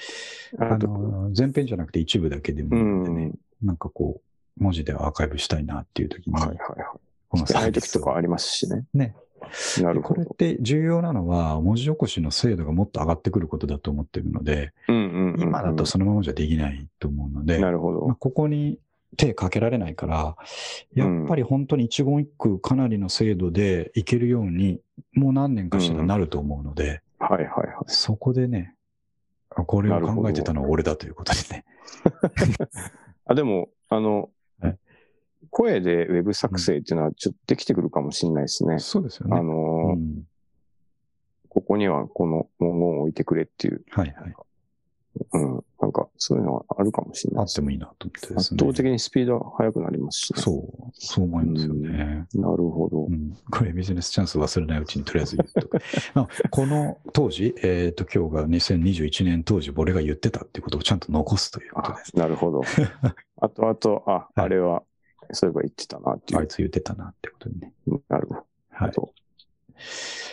S2: あ
S1: あの、
S2: の、全編じゃなくて一部だけで
S1: う
S2: もいいの
S1: ん。
S2: で
S1: はい
S2: ね、なんかこう、文字でアーカイブしたいなっていう時に、
S1: はいはい。
S2: この
S1: 聞けない時
S2: ス
S1: と
S2: を
S1: かありますしね。
S2: ね。
S1: な
S2: で
S1: る
S2: こ
S1: ほ
S2: れっ
S1: ど。
S2: て重要なのは、文字起こしの精度がもっと上がってくることだと思ってるので、
S1: うんうんうん。
S2: 今だとそのままじゃできないと思うので、
S1: なるほ
S2: まあ、
S1: ど。
S2: ここに手かけられないから、やっぱり本当に一言一句かなりの精度でいけるように、もう何年かしたらなると思うので、
S1: はいはいはい。
S2: そこでね、あこれを考えてたのは俺だということですね。
S1: あ、でも、あの
S2: はい、
S1: 声でウェブ作成っていうのはちょっとできてくるかもしれないですね。
S2: そうですよ
S1: あ
S2: ね。う
S1: のー、
S2: ん、
S1: ここにはこの文言を置いてくれっていう、
S2: はいはい。
S1: うん、なんかそういうのはあるかもしれ
S2: あ
S1: ないで
S2: ってもいいなと思ってです
S1: 圧
S2: ね。
S1: 倒的にスピードは速くなりますし、ね。
S2: そう、そう思いますよね。
S1: なるほど
S2: う。ん、これビジネスチャンス忘れないうちにとりあえず言っとく。まあこの当時、えっ、と、今日が2021年当時、俺が言ってたっていうことをちゃんと残すということ
S1: あ
S2: です。
S1: なる ほど。あとあと、あ、
S2: い
S1: あれは、そういえば言ってたなってい
S2: あ
S1: う。
S2: いつ言ってたなってことにね。
S1: なるほど。
S2: はい。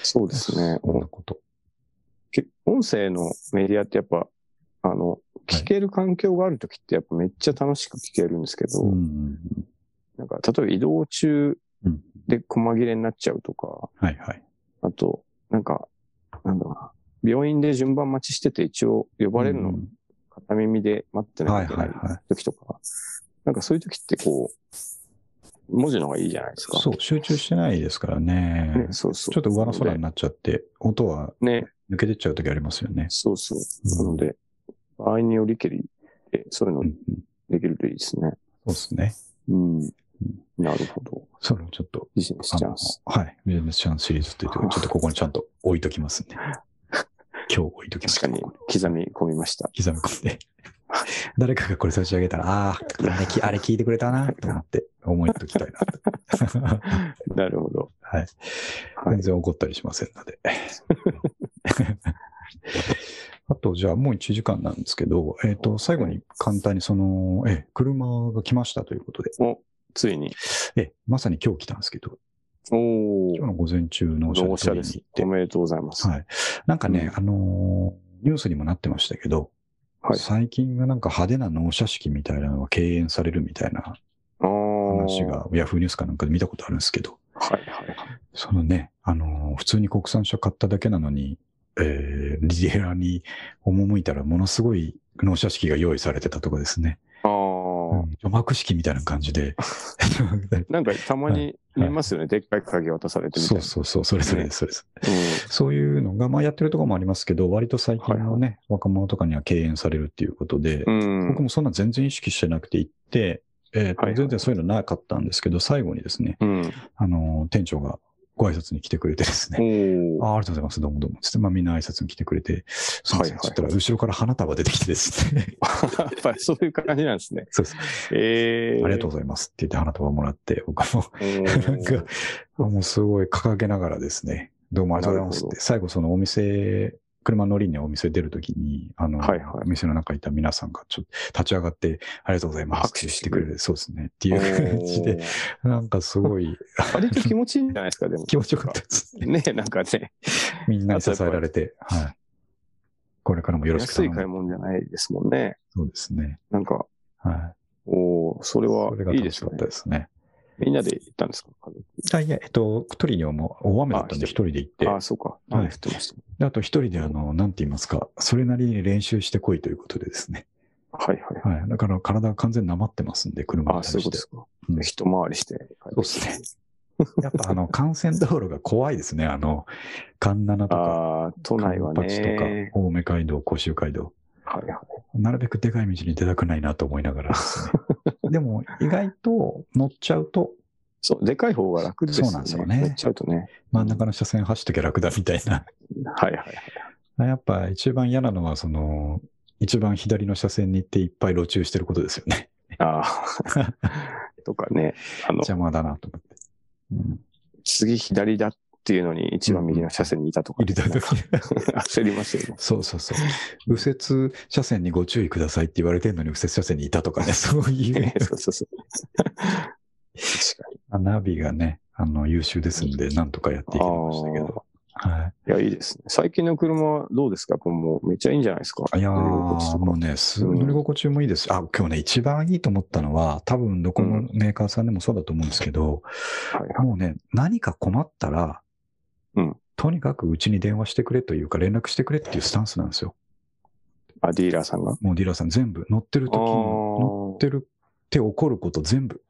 S1: そうですね。
S2: そんなこと。
S1: け音声のメディアってやっぱ、あの、聞ける環境があるときってやっぱめっちゃ楽しく聞けるんですけど、
S2: うん。
S1: なんか、例えば移動中
S2: うん
S1: で細切れになっちゃうとか、
S2: はいはい。
S1: あと、なんか、なんだろうな。病院で順番待ちしてて一応呼ばれる
S2: う
S1: の
S2: ん
S1: 片耳で待ってな
S2: はいい
S1: といけ
S2: は
S1: ないい
S2: はい。
S1: 時とか、なんかそういう時ってこう、文字の方がいいじゃないですか。
S2: そう、集中してないですからね。
S1: ね、そうそう。
S2: ちょっと上の空になっちゃって、音は
S1: ね、
S2: 抜けてっちゃう時ありますよね。
S1: そうそう
S2: うん。
S1: なので、場合によりけり、えそうい
S2: う
S1: うの
S2: んうん、
S1: できるといいですね。
S2: そうですね。
S1: うん。なるほど。
S2: それをちょっと、
S1: ビジネスチャンス。
S2: あのはい。ビジネスチャンスシリーズというところ、ちょっとここにちゃんと置いとき ますね。今日置いときます
S1: 確かに刻み込みました。
S2: 刻み込んで。誰かがこれ差し上げたら、ああ、あれ聞あれ聞いてくれたな、と思って思いときたいなと。
S1: なるほど。
S2: はい。
S1: は
S2: 全
S1: い。
S2: 然怒ったりしませんので。 あと、じゃあもう1時間なんですけど、えっ、と、最後に簡単にその、ええ、車が来ましたということで、
S1: お、ついに。
S2: ええ、まさに今日来たんですけど、
S1: お
S2: 今日の午前中の
S1: 納車で
S2: に
S1: す
S2: 行っ。て
S1: お、めでとうございます。
S2: はい。なんかね、あのーニュースにもなってましたけど、
S1: はい
S2: 最近はなんか派手な納車式みたいなのが敬遠されるみたいな
S1: ああ。
S2: 話。が、ヤフーニュースかなんかで見たことあるんですけど、
S1: はいはいはい。
S2: そのね、あのー普通に国産車買っただけなのに、えー、リディエラーに赴いたらものすごい納車式が用意されてたとかですね。
S1: ああ。
S2: うん除幕式みたいな感じ で。
S1: なんかたまに見ますよね。でっかい鍵渡されてみたい
S2: そう
S1: な。
S2: そうそう、それそれです、それです。
S1: うん
S2: そういうのが、まあやってるところもありますけど、割と最近のね、若者とかには敬遠されるっていうことで、
S1: うん。
S2: 僕もそんな全然意識してなくて行って、えーと
S1: はいはい
S2: 全然そういうのなかったんですけど、最後にですね、
S1: うん。
S2: あのー店長がご挨拶に来てくれてですね、
S1: おお。
S2: あありがとうございます、どうもどうも、つって、まあみんな挨拶に来てくれて、すいません、
S1: はいはい
S2: つったら後ろから花束出てきてですね、
S1: やっぱりそういう感じなんですね。
S2: そうです、
S1: ええ。
S2: ありがとう
S1: う
S2: ございますって言って花束もらって、僕も
S1: ござい
S2: なんか、あもうすごい掲げながらですね、どうもありがとうございますっ
S1: なるほ
S2: て、最後そのお店、車乗りにお店出るときに、あの、
S1: はいはい
S2: お店の中にいた皆さんがちょっと立ち上がって、ありがとうございますっ
S1: 拍手
S2: て
S1: し
S2: してて
S1: く
S2: く
S1: れ
S2: れ
S1: る
S2: る、そうですね、っていう感じで、 なんかすごい
S1: おー。割と気持ちいいんじゃないですか、でも。
S2: 気持ちよかったです ね。
S1: ねえ、なんかね、
S2: みんなに支えられて、はい。これからもよろしく
S1: 安い
S2: 頼
S1: 買い
S2: む。
S1: 物じゃないですもんね。
S2: そうですね。
S1: なんか、
S2: はい。
S1: おお、それは
S2: それが
S1: いい
S2: 楽
S1: で
S2: し
S1: す
S2: か
S1: ね
S2: った。ですね。
S1: みんなで行ったんですか家族
S2: あいや、えっと、トリニョも大雨だったんで
S1: あ
S2: 一人で行って、
S1: ああ、そうか。
S2: はい
S1: 雨降ってました。
S2: であと一人であの、なんて言いますか、それなりに練習してこいということでですね。
S1: はいはいはい。
S2: はい。だから体が完全になまってますんで、車
S1: あ
S2: に
S1: あ、そう
S2: 対
S1: いう
S2: し
S1: こと
S2: て
S1: で。すか
S2: うん。
S1: 一回りして。
S2: そうですね。やっぱあの、幹線道路が怖いですね。あの、環七とか、
S1: ああ、都内は
S2: 環八とか
S1: ね。、
S2: 青梅街道、甲州街道。
S1: はいはい。
S2: なるべくでかい道に出たくないなと思いながらです ね。でも、意外と乗っちゃうと、
S1: そう、でかい方が楽ですよね。
S2: そうなんですよね
S1: やっちゃうとね。
S2: 真ん中の車線走ってけ楽だみたいな。
S1: はいはい。
S2: やっぱ一番嫌なのは、その、一番左の車線に行っていっぱい路駐してることですよ ね。
S1: あ あ。とかね。あの、
S2: 邪魔だなと思って。うん。
S1: 次左だっていうのに一番右の車線にいたとか、
S2: 入れたい時
S1: 焦りますよね。
S2: そうそうそう。右折車線にご注意くださいって言われてるのに右折車線にいたとかね、 そういう。
S1: そうそうそう。確かに。
S2: あナビがね、あの、優秀ですんで、なんとかやっていけましたけど。はい
S1: や、いいですね。最近の車はどうですかこれもうめっちゃいいんじゃないですか
S2: い。いやー、
S1: 乗り心地とか
S2: もうね、す
S1: うん
S2: 乗り心地もいいですし、あ、今日ね、一番いいと思ったのは、多分どこ
S1: う
S2: の
S1: ん
S2: メーカーさんでもそうだと思うんですけど、
S1: はいはい。
S2: もうね、何か困ったら、
S1: うん
S2: とにかくうちに電話してくれというか、連絡してくれっていうスタンスなんですよ。
S1: あ、ディーラーさんが。
S2: もうディーラーさん全部、乗ってる時
S1: あ
S2: も、乗
S1: ー
S2: ってるって起こること全部。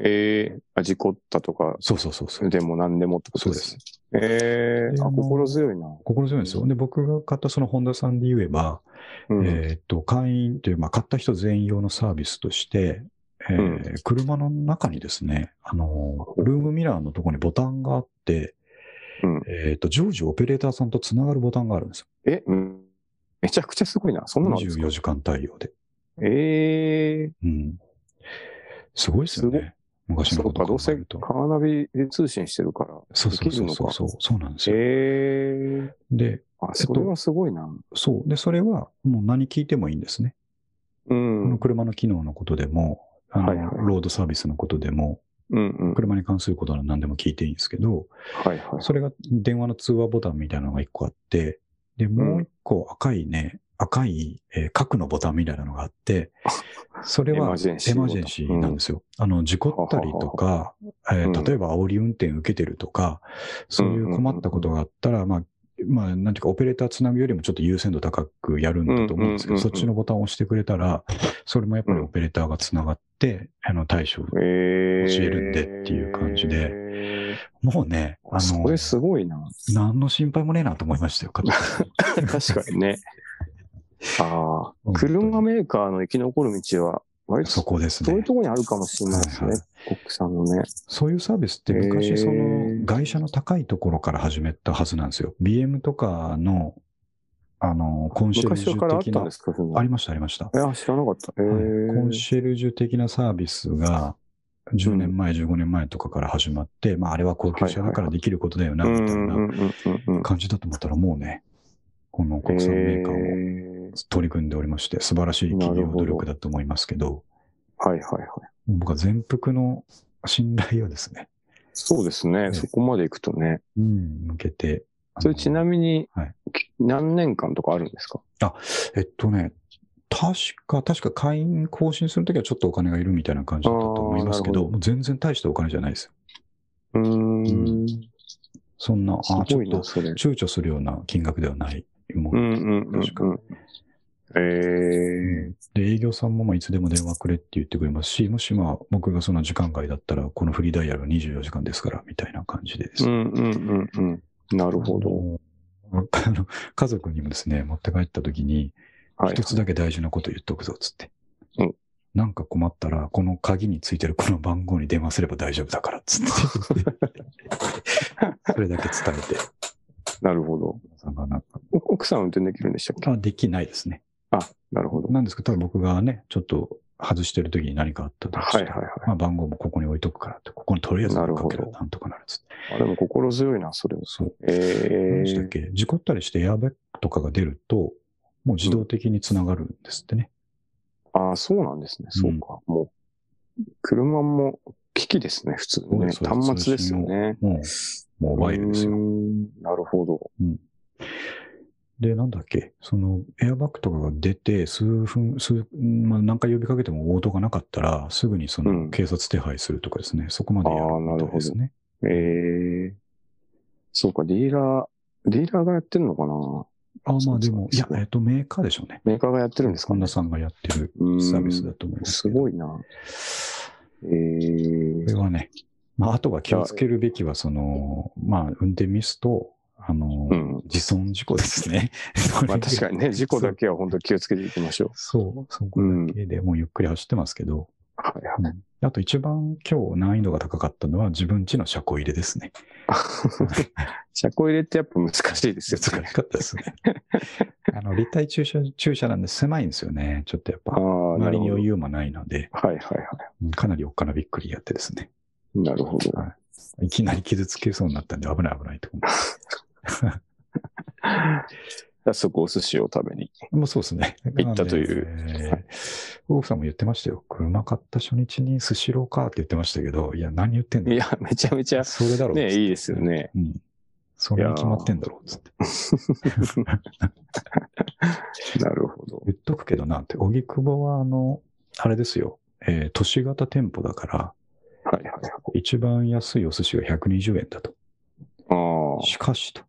S1: ええあ、事故ったとか、
S2: そうそうそうそう。
S1: でも何でもってこと
S2: そう
S1: で
S2: ですす
S1: ね。。ええ
S2: で
S1: あ、
S2: あの
S1: 心強いな。
S2: 心強いんですよ。で、僕が買ったその本田さんで言えば、
S1: うん。
S2: えーっと、会員という、まあ、買った人全員用のサービスとして、えー
S1: うん
S2: 車の中にですね、あのー、ルームミラーのところにボタンがあって、
S1: うん
S2: えーっと、常時オペレーターさんとつながるボタンがあるんですよ。
S1: え、うんめちゃくちゃすごいな。そんなのあるんですか
S2: 24時間対応で。
S1: ええ
S2: うん。すごいですよね。昔の
S1: そ
S2: こ
S1: うか、
S2: と
S1: どう
S2: 考え
S1: せ
S2: ると。
S1: カーナビで通信してるから。
S2: そうそうそうそうそう。そうなんですよ。
S1: ええ
S2: で、
S1: あ、それはすごいな。
S2: そう。で、それはもう何聞いてもいいんですね。
S1: う
S2: こ
S1: ん。う
S2: の
S1: ん
S2: 車の機能のことでも、あの
S1: はいはい
S2: ロードサービスのことでも、
S1: うん。
S2: 車に関することは何でも聞いていいんですけど、
S1: はいはい。
S2: それが電話の通話ボタンみたいなのが一個あって、で、もう一個赤いね、赤い、えー核のボタンみたいなのがあって、それは
S1: エマージェンシー
S2: エマージェンシーなんですよ。あの、事故ったりとか、えー
S1: うん
S2: 例えば煽り運転受けてるとか、そういう困ったことがあったら、まあ、まあ、なんていうか、オペレーターつなぐよりもちょっと優先度高くやるんだと思うんですけ
S1: うんうんうんう
S2: ど、
S1: ん
S2: そっちのボタンを押してくれたら、それもやっぱりオペレーターがつながって、あの、対処
S1: ええ
S2: 教えるんでっていう感じでもうね、あ
S1: あそれ
S2: の、
S1: すごいな。
S2: 何の心配もねえなと思いましたよ、買って
S1: 確かにね。 ああ、
S2: 本当に
S1: 車メーカーの生き残る道は、割と
S2: そこです
S1: そうい
S2: ね
S1: う。ところにあるかもしれないです
S2: はい
S1: ね
S2: は。
S1: 国産のね。
S2: そういうサービスって
S1: へー
S2: 昔、その、外車の高いところから始めたはずなんですよ。BM とかの、あの、コンシェルジ
S1: 昔か
S2: ュ
S1: らあっ
S2: 的
S1: たん
S2: な
S1: で、すかそういうの
S2: ありました、ありました。
S1: いや、知らなかった。ええ
S2: はいコンシェルジュ的なサービスが、10年前、15年前とかから始まって、まあ、あれは高級車だからできることだよな、みたいな
S1: うんうんうんうんうん
S2: 感じだと思ったら、もうね、この国産メーカーを取り組んでおりまして、素晴らしい企業努力だと思いますけど、
S1: はいはいはい。
S2: 僕は全幅の信頼をですね、
S1: そうですね。
S2: ね
S1: そこまで行くとね。
S2: うん、向けて。あの
S1: それちなみに
S2: はい、
S1: き何年間とかあるんですか
S2: えっとね、確か、確か会員更新するときはちょっとお金がいるみたいな感じだったと思いますけ
S1: あーな
S2: ど、
S1: るほど
S2: もう全然大したお金じゃないですよ。
S1: うーん。
S2: そんな、あ
S1: す
S2: ーち
S1: ご
S2: ょっ
S1: い
S2: と
S1: な、それ。
S2: 躊躇するような金額ではないも
S1: う
S2: の
S1: んうんうん
S2: 確か
S1: うん。ええ
S2: で、営業さんもまあいつでも電話くれって言ってくれますし、もしまあ僕がその時間外だったら、このフリーダイヤルは24時間ですから、みたいな感じでです
S1: う
S2: ね。
S1: んうんうんうん。なるほど。
S2: あの。あの家族にもですね、持って帰った時に、
S1: はい
S2: 一。つだけ大事なこと言っとくぞ、つって。
S1: うん
S2: なんか困ったら、この鍵についてるこの番号に電話すれば大丈夫だから、 つって。それだけ伝えて。
S1: なるほど。
S2: さんがなんか
S1: お奥さん運転できるんでしたっけ
S2: あできないですね。
S1: あ、なるほど。
S2: なんですけど、ただ僕がね、ちょっと外してる時に何かあったとして
S1: はいはいはい
S2: まあ、番号もここに置いとくからって、ここにとりあえずかけ
S1: なる
S2: ば
S1: ほど
S2: なんとかなるっつって。
S1: あでも心強いな、それは。
S2: そう。何
S1: え
S2: で
S1: え
S2: したっけ事故ったりしてエアバッグとかが出ると、もう自動的につながるんですってね。
S1: ああ、そうなんですね。そうか。もう、車も機器ですね、普通
S2: そう
S1: に
S2: で
S1: ね。
S2: すそうです
S1: 端末ですよね。
S2: もう、モバイルですよ。
S1: うーん。なるほど。
S2: で、なんだっけその、エアバッグとかが出て、数分、数、まあ、何回呼びかけても応答がなかったら、すぐにそうの、
S1: ん
S2: 警察手配するとかですね、そこまでやる
S1: あーな
S2: み
S1: るほど
S2: たいですね。
S1: ええそうか、ディーラー、ディーラーがやってるのかな
S2: ああ、まあで
S1: そうそう
S2: も、い
S1: そ
S2: や
S1: う、
S2: えっと、メーカーでしょうね。
S1: メーカーがやってるんですか
S2: 神
S1: ね
S2: 田。さんがやってる
S1: うん
S2: サービスだと思います
S1: す
S2: けど。
S1: ごいな。ええ
S2: これはね、まあ、あとは気をつけるべきは、その、まあ、運転ミスと、あの、
S1: うん。
S2: 自損事故ですね。
S1: まあ確か
S2: に。
S1: にね、事故だけは本当気をつけていきましょう。
S2: そう、そこだけでもうゆっくり走ってますけど、
S1: はいはい。
S2: あと一番今日難易度が高かったのは自分家の車庫入れですね。
S1: 車庫入れってやっぱ難しいですよ
S2: 難
S1: ね。
S2: しかったですね。 あの、立体駐車、駐車なんで狭いんですよね。ちょっとやっ
S1: あ
S2: ぱ、
S1: あ、な
S2: 周
S1: る
S2: り
S1: ほ
S2: に
S1: ど。は
S2: 余
S1: い
S2: 裕もないので、
S1: はいはい。
S2: うんかなりおっかなびっくりやってですね。
S1: なるほど。
S2: いきなり傷つけそうになったんで危ない危ないと思って。
S1: 早速お寿司を食べに。
S2: もうそうですね。
S1: 行ったという
S2: なんで。えー大奥さんも言ってましたよ。車買った初日にスシローかって言ってましたけど、いや、何言ってんだ
S1: いや、めちゃめちゃ、
S2: それだろうっつっ
S1: ね、
S2: て。
S1: いいですよね。
S2: うん。それに決まってんだろうっつって。
S1: なるほど。
S2: 言っとくけどなって、荻窪はあの、あれですよ。えー都市型店舗だから、
S1: はいはいはい。
S2: 一番安いお寿司が120円だと。
S1: あ
S2: しかしと。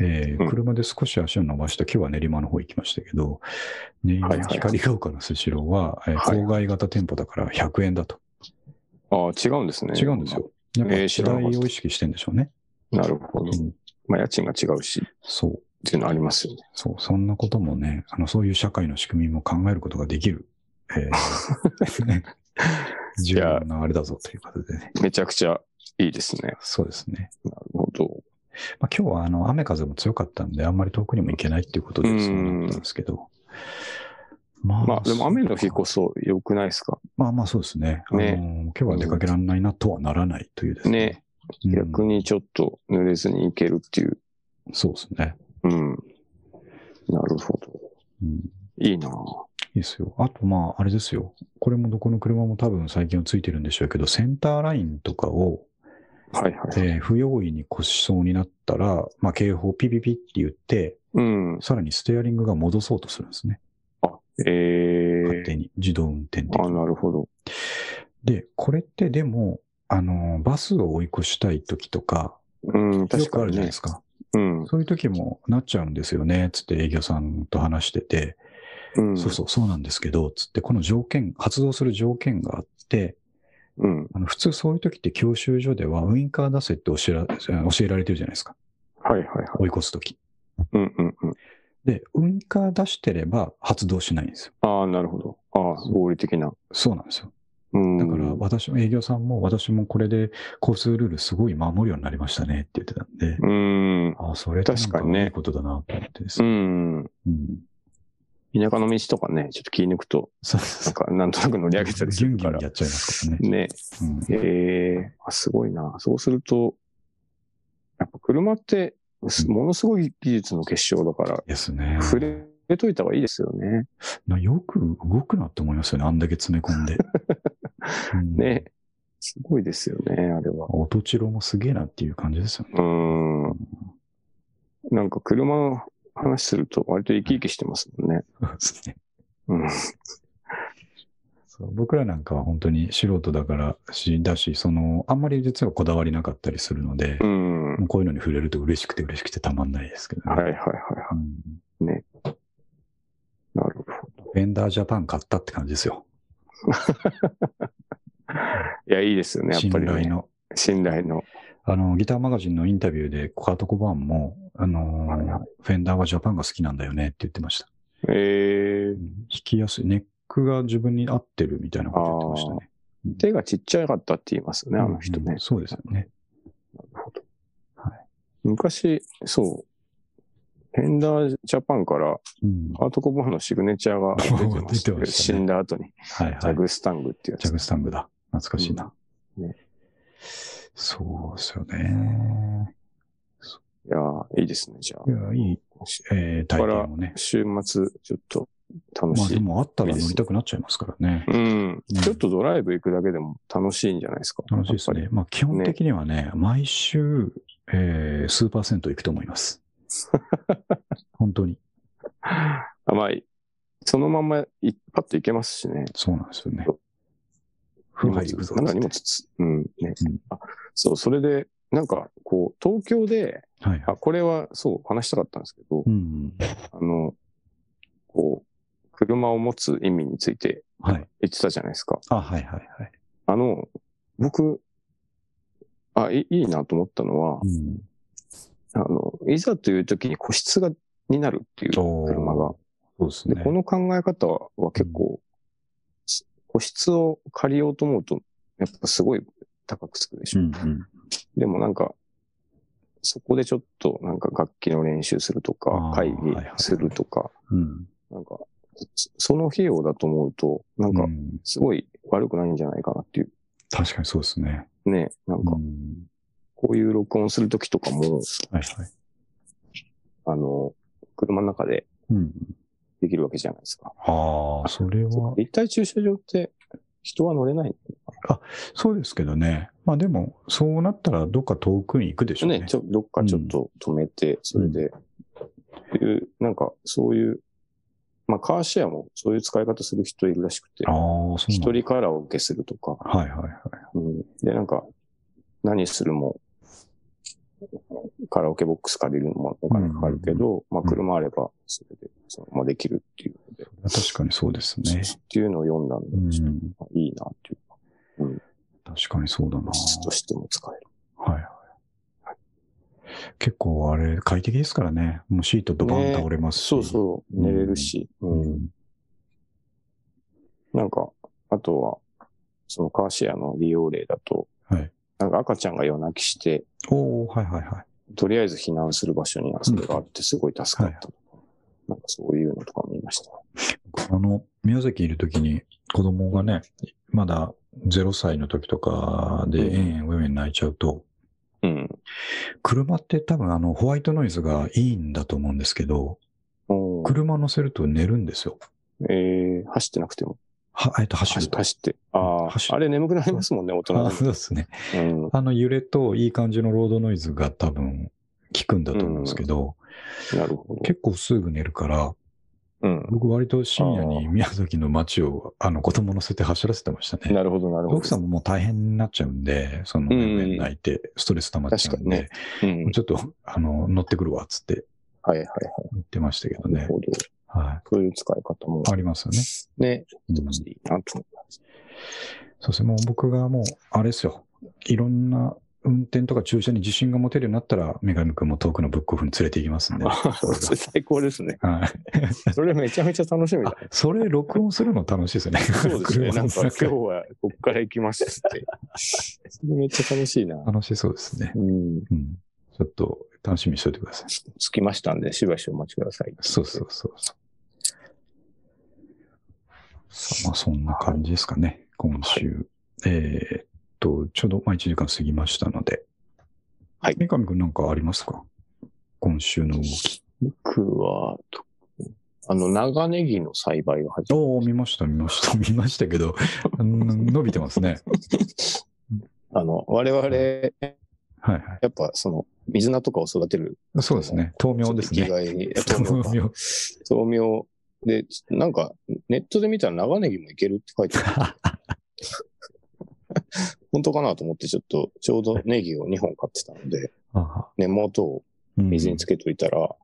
S2: えー
S1: うん
S2: 車で少し足を伸ばした、今日は練馬の方行きましたけど、練馬
S1: はいはいはい
S2: 光が丘のスシローは、えー
S1: はい
S2: 郊外型店舗だから100円だと。
S1: あ。ああ、違うんですね。
S2: 違うんです。よ。やっ
S1: え
S2: ぱ
S1: ー
S2: 時
S1: 知らな
S2: 代
S1: かった
S2: を意識してんでしょうね。
S1: なるほど。
S2: うん
S1: まあ、家賃が違うし、っ
S2: そう。
S1: ていうのありますよね。
S2: そう、そんなこともね、あの、そういう社会の仕組みも考えることができる。え ー、重要なあれだぞということでね。
S1: めちゃくちゃいいですね。
S2: そうですね。
S1: なるほど。
S2: まあ、今日はあの、雨風も強かったんで、あんまり遠くにも行けないっていうことで、
S1: うん
S2: そうなったんですけど。ま
S1: まあ、でも雨の日こ
S2: そ
S1: そ良くないですか
S2: うか。まあまあそうですね。あの
S1: ね
S2: 今日は出かけられないなとはならないというですね。うん
S1: 逆。にちょっと濡れずに行けるっていう。
S2: そうですね。
S1: うん。なるほど。
S2: うん
S1: いいなぁ
S2: いいですよ。あと、まあ、あれですよ。これもどこの車も多分最近はついてるんでしょうけど、センターラインとかを、
S1: はいはい。
S2: えー不用意に越しそうになったら、まあ、警報ピピピって言って、
S1: うん。
S2: さらにステアリングが戻そうとするんですね。
S1: え
S2: 勝
S1: え
S2: 手に。自動運転的
S1: あ、
S2: に。
S1: なるほど。
S2: で、これってでも、あの、バスを追い越したい時とか、
S1: うん、
S2: よ
S1: 確
S2: くあ
S1: か
S2: る
S1: に
S2: じゃない
S1: ね
S2: で。すか。
S1: うん。
S2: そういう時もなっちゃうんですよね、つって営業さんと話してて、
S1: うん。
S2: そうそう、そうなんですけど、つってこの条件、発動する条件があって、
S1: うん。
S2: あの普通そういう時って教習所ではウインカー出せって教えら教えられてるじゃないですか。
S1: はいはいはい。
S2: 追い越す時。
S1: うんうんうん。
S2: で、ウインカー出してれば発動しないんですよ。
S1: ああ、なるほど。ああ、合理的な。
S2: そうなんですよ。
S1: うん。
S2: だから私も営業さんも私もこれで交通ルールすごい守るようになりましたねって言ってたんで、
S1: うん。
S2: ああ、それってなんか
S1: 確かにね
S2: いいことだなと思ってです
S1: う
S2: ね。
S1: ん。
S2: うん。
S1: 田舎の道とかね、ちょっと気抜くと、
S2: そう
S1: な
S2: そ
S1: ん
S2: う
S1: か、なんとなく乗り上げたりす
S2: ギュン
S1: る
S2: ギュ
S1: か
S2: ン
S1: ら
S2: や。っちゃいますからね。
S1: ね。
S2: うん
S1: ええあ、すごいな。そうすると、やっぱ車って、すものすごい技術の結晶だから、
S2: ですね。
S1: 触れといた方がいいですよね。
S2: なよく動くなって思いますよね。あんだけ詰め込ん で。うん
S1: ね。すごいですよね、あれは。
S2: 音チロもすげえなっていう感じですよね。
S1: うーん。なんか車の話すると割と生き生きしてますもんね。うん。
S2: そう僕らなんかは本当に素人だからし、だし、その、あんまり実はこだわりなかったりするので、
S1: うん。
S2: もうこういうのに触れると嬉しくて嬉しくてたまんないですけどね。
S1: はいはいはいは
S2: うん
S1: い。なるほど。
S2: フェンダージャパン買ったって感じですよ。
S1: いや、いいですよね、やっ
S2: 信
S1: ぱり、
S2: 頼
S1: ね。
S2: の。
S1: 信頼の。
S2: あの、ギターマガジンのインタビューで、カート・コバーンも、あのー
S1: はいは
S2: フェンダーはジャパンが好きなんだよねって言ってました。
S1: えー
S2: う、ん弾きやすい。ネックが自分に合ってるみたいなこと言ってましたね。
S1: 手がちっちゃかったって言いますよね、あの人ね。
S2: うんうんそうですよね。
S1: 昔、そう。フェンダージャパンから、
S2: うん
S1: ハートコバーンのシグネチャーが出てました
S2: 出てました
S1: 死
S2: ね
S1: んだ後に、
S2: はい
S1: ジ
S2: は
S1: ャ
S2: い。
S1: グスタングってい
S2: ジ
S1: うや
S2: ャ
S1: つ。
S2: グスタングだ。懐かしいな。
S1: うんね
S2: そうですよね。
S1: いやーいいですね、じゃあ
S2: い。や、いい、えー、体験をね。
S1: 週末、ちょっと楽
S2: まあ
S1: し
S2: で
S1: い。
S2: もあったら乗りたくなっちゃいますからね。
S1: うん。ちょっとドライブ行くだけでも楽しいんじゃないですか。
S2: 楽しいです
S1: やっ
S2: ね。まあ基本的にはね、毎週、えー、数パーセント行くと思います。 本当に。
S1: ぱり。甘い。そのまんまい、パッと行けますしね。
S2: そうなんですよね
S1: そう。
S2: 風呂入ってくるぞ
S1: なんだ荷物つ、うん、ね、
S2: うん
S1: あ、そう、それで、なんか、こう、東京で、
S2: はいは
S1: あ、
S2: い。
S1: これは、そう、話したかったんですけど
S2: う、ん。
S1: あの、こう、車を持つ意味について
S2: はい。
S1: 言ってたじゃないですか。
S2: あ、はいはいはい。
S1: あの、僕、あ、いいいなと思ったのは
S2: う、ん。
S1: あの、いざという時に個室が、になるっていう
S2: おー
S1: 車が。
S2: そうです
S1: で、
S2: ね。
S1: この考え方はは結構、し個室を借りようと思うと、やっぱすごい高くつくでし
S2: う
S1: ょ。
S2: んうん。
S1: でもなんか、そこでちょっとなんか楽器の練習するとか
S2: あ、ー
S1: 会議するとか、
S2: うん。
S1: なんか、そその費用だと思うと、なんか
S2: う、ん
S1: すごい悪くないんじゃないかなっていう。
S2: 確かにそうですね。
S1: ね、なんか
S2: う、ん
S1: こういう録音するときとかも、
S2: はいはい。
S1: あの、車の中で
S2: うん。
S1: できるわけじゃないですか。
S2: ああ、それは、
S1: 立体駐車場って人は乗れない
S2: そうですけどね。まあでも、そうなったらどっか遠くに行くでしょうね。
S1: ね、ちょ、どっかちょっと止めて、それで、っていう、なんか、そういう、まあ、カーシェアもそういう使い方する人いるらしくて
S2: ああ、、そうな
S1: 一
S2: んだ。
S1: 人カラオケするとか、
S2: はいはいはい。
S1: うん、で、なんか、何するも、カラオケボックス借りるのもお金かかるけど、まあ、車あれば、それで、そのままできるっていうので、
S2: 確かにそうですね。
S1: っていうのを読んだ
S2: うん
S1: で、ちょっ
S2: ん。
S1: といいなっていうか、
S2: 確かにそうだな。
S1: 質としても使える。
S2: はいはい。結構あれ、快適ですからね。もうシートドバン倒れますし。
S1: そうそう、寝れるし、
S2: う
S1: うん
S2: ん。
S1: なんか、あとは、そのカーシェアの利用例だと、
S2: はい。
S1: なんか赤ちゃんが夜泣きして、
S2: おおはいはいはい。
S1: とりあえず避難する場所にはそれがあってすごい助かった。なんかそういうのとかも見ました。
S2: あの、宮崎いるときに子供がね、まだ0歳の時とかで、
S1: うん
S2: えんえんウェウェン泣いちゃうと、
S1: うん。
S2: 車って多分あの、ホワイトノイズがいいんだと思うんですけど、
S1: おー
S2: 車乗せると寝るんですよ。
S1: えー、走ってなくても。
S2: は、えっと、走る
S1: 走
S2: と。
S1: 走って。あ
S2: 走
S1: あ、あれ眠くなりますもんね、大
S2: あ
S1: 人
S2: そうですね。
S1: でも。
S2: あの揺れといい感じのロードノイズが多分効くんだと思うんですけど、
S1: うん。なるほど。
S2: 結構すぐ寝るから、
S1: うん。
S2: 僕割と深夜に宮崎の街をあの子供乗せて走らせてましたね。
S1: なるほど、なるほど。
S2: 奥さんももう大変になっちゃうんで、その、
S1: うん
S2: 泣いてストレス溜まっちゃうんで
S1: 確、うん。
S2: ちょっと、あの、乗ってくるわ、つって
S1: はいはいはい。
S2: 言ってましたけど
S1: な
S2: ね。
S1: るほど。
S2: はい。
S1: そういう使い方も。
S2: ありますよね。
S1: ね。
S2: うん
S1: いいなと思います。
S2: そうですね。もう僕がもう、あれですよ。いろんな運転とか駐車に自信が持てるようになったら、女神くんも遠くのブックオフに連れて行きますんで。
S1: あそれ最高です ね。
S2: はい。
S1: それめちゃめちゃ楽しみ
S2: あ
S1: だ。、
S2: それ録音するの楽しいですよね。
S1: そうですね。
S2: 車
S1: な
S2: の
S1: ん
S2: 中
S1: か今日はこっから行きますって。それめっちゃ楽しいな。
S2: 楽しそうですね。
S1: うん。
S2: うん。ちょっと楽しみにしておいてください。
S1: 着きましたんで、しばしお待ちください。
S2: そうそうそうそう。さあまあ、そんな感じですかね。今週。えーっと、ちょうど、まあ、1時間過ぎましたので。
S1: はい
S2: 三上くんなんかありますか今週の動き。
S1: 僕は、とあの、長ネギの栽培が始ま
S2: おお見ました、見ました、 見ましたけど、うん伸びてますね。
S1: る。あの、我々、
S2: はいは
S1: やっぱその、水菜とかを育てる。
S2: い。そうですね。豆苗です
S1: 生き
S2: ね。
S1: がいに。え
S2: 豆
S1: 豆苗
S2: 苗
S1: か。豆苗。で、なんか、ネットで見たら長ネギもいけるって書いてある。 本当かなと思って、ちょっと、ちょうどネギを2本買ってたので、
S2: あ
S1: 根元を
S2: うん
S1: 水につけといたら、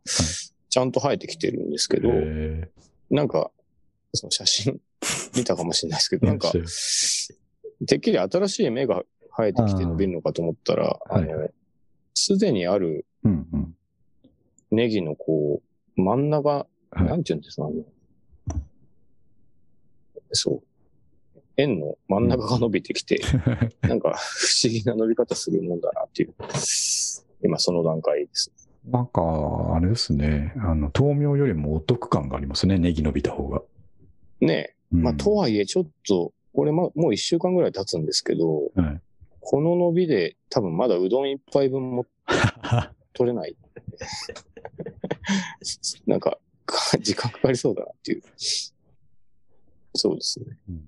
S1: ちゃんと生えてきてるんですけど、
S2: へ
S1: なんか、その写真見たかもしれないですけ
S2: ー
S1: ど、な んか、
S2: 面白い
S1: てっきり新しい芽が生えてきて伸びるのかと思ったら、
S2: あー
S1: あの、すでにある
S2: うんうん。
S1: ネギのこう、真ん中、
S2: はい
S1: なんて言うんですか、あの、そう。円の真ん中が伸びて きて、なんか不思議な伸び方するもんだなっていう、今その段階です。
S2: なんか、あれですね。あの、豆苗よりもお得感がありますね。ネギ伸びた方が。
S1: ね
S2: うん
S1: え。まあ、とはいえちょっと、これま、もう一週間ぐらい経つんですけど、
S2: はい
S1: この伸びで多分まだうどん一杯分も取れない。 なんか、か時間かかりそうだなっていう。そうですね。
S2: うん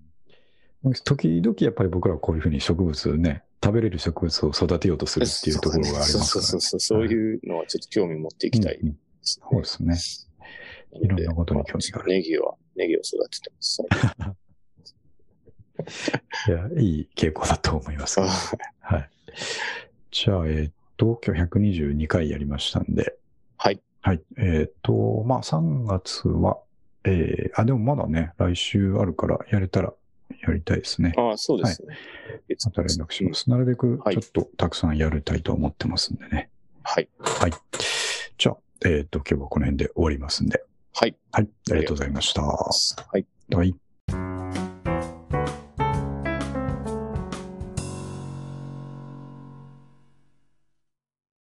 S2: 時々やっぱり僕らはこういうふうに植物ね、食べれる植物を育てようとするっていうところがありますから、ね。
S1: そうそうそうそう。そういうのはちょっと興味持っていきたい
S2: うんうん
S1: です
S2: そうですね。
S1: ね。
S2: いろんなことに興味がある
S1: ネギは、ネギを育ててます。
S2: いや、いい傾向だと思いますけど。
S1: は
S2: はい。じゃあ、えーっと、今日122回やりましたんで。
S1: はい。
S2: はい。えーっと、まあ、3月は、えー、あ、でもまだね、来週あるから、やれたらやりたいですね。
S1: いああ、そうですね。
S2: また連絡します。なるべく、
S1: はい
S2: ちょっとたくさんやりたいと思ってますんでね。
S1: はい。
S2: はい。じゃあ、えーっと、今日はこの辺で終わりますんで。
S1: はい。
S2: はい。ありがとうございました。
S1: はい。
S2: はい。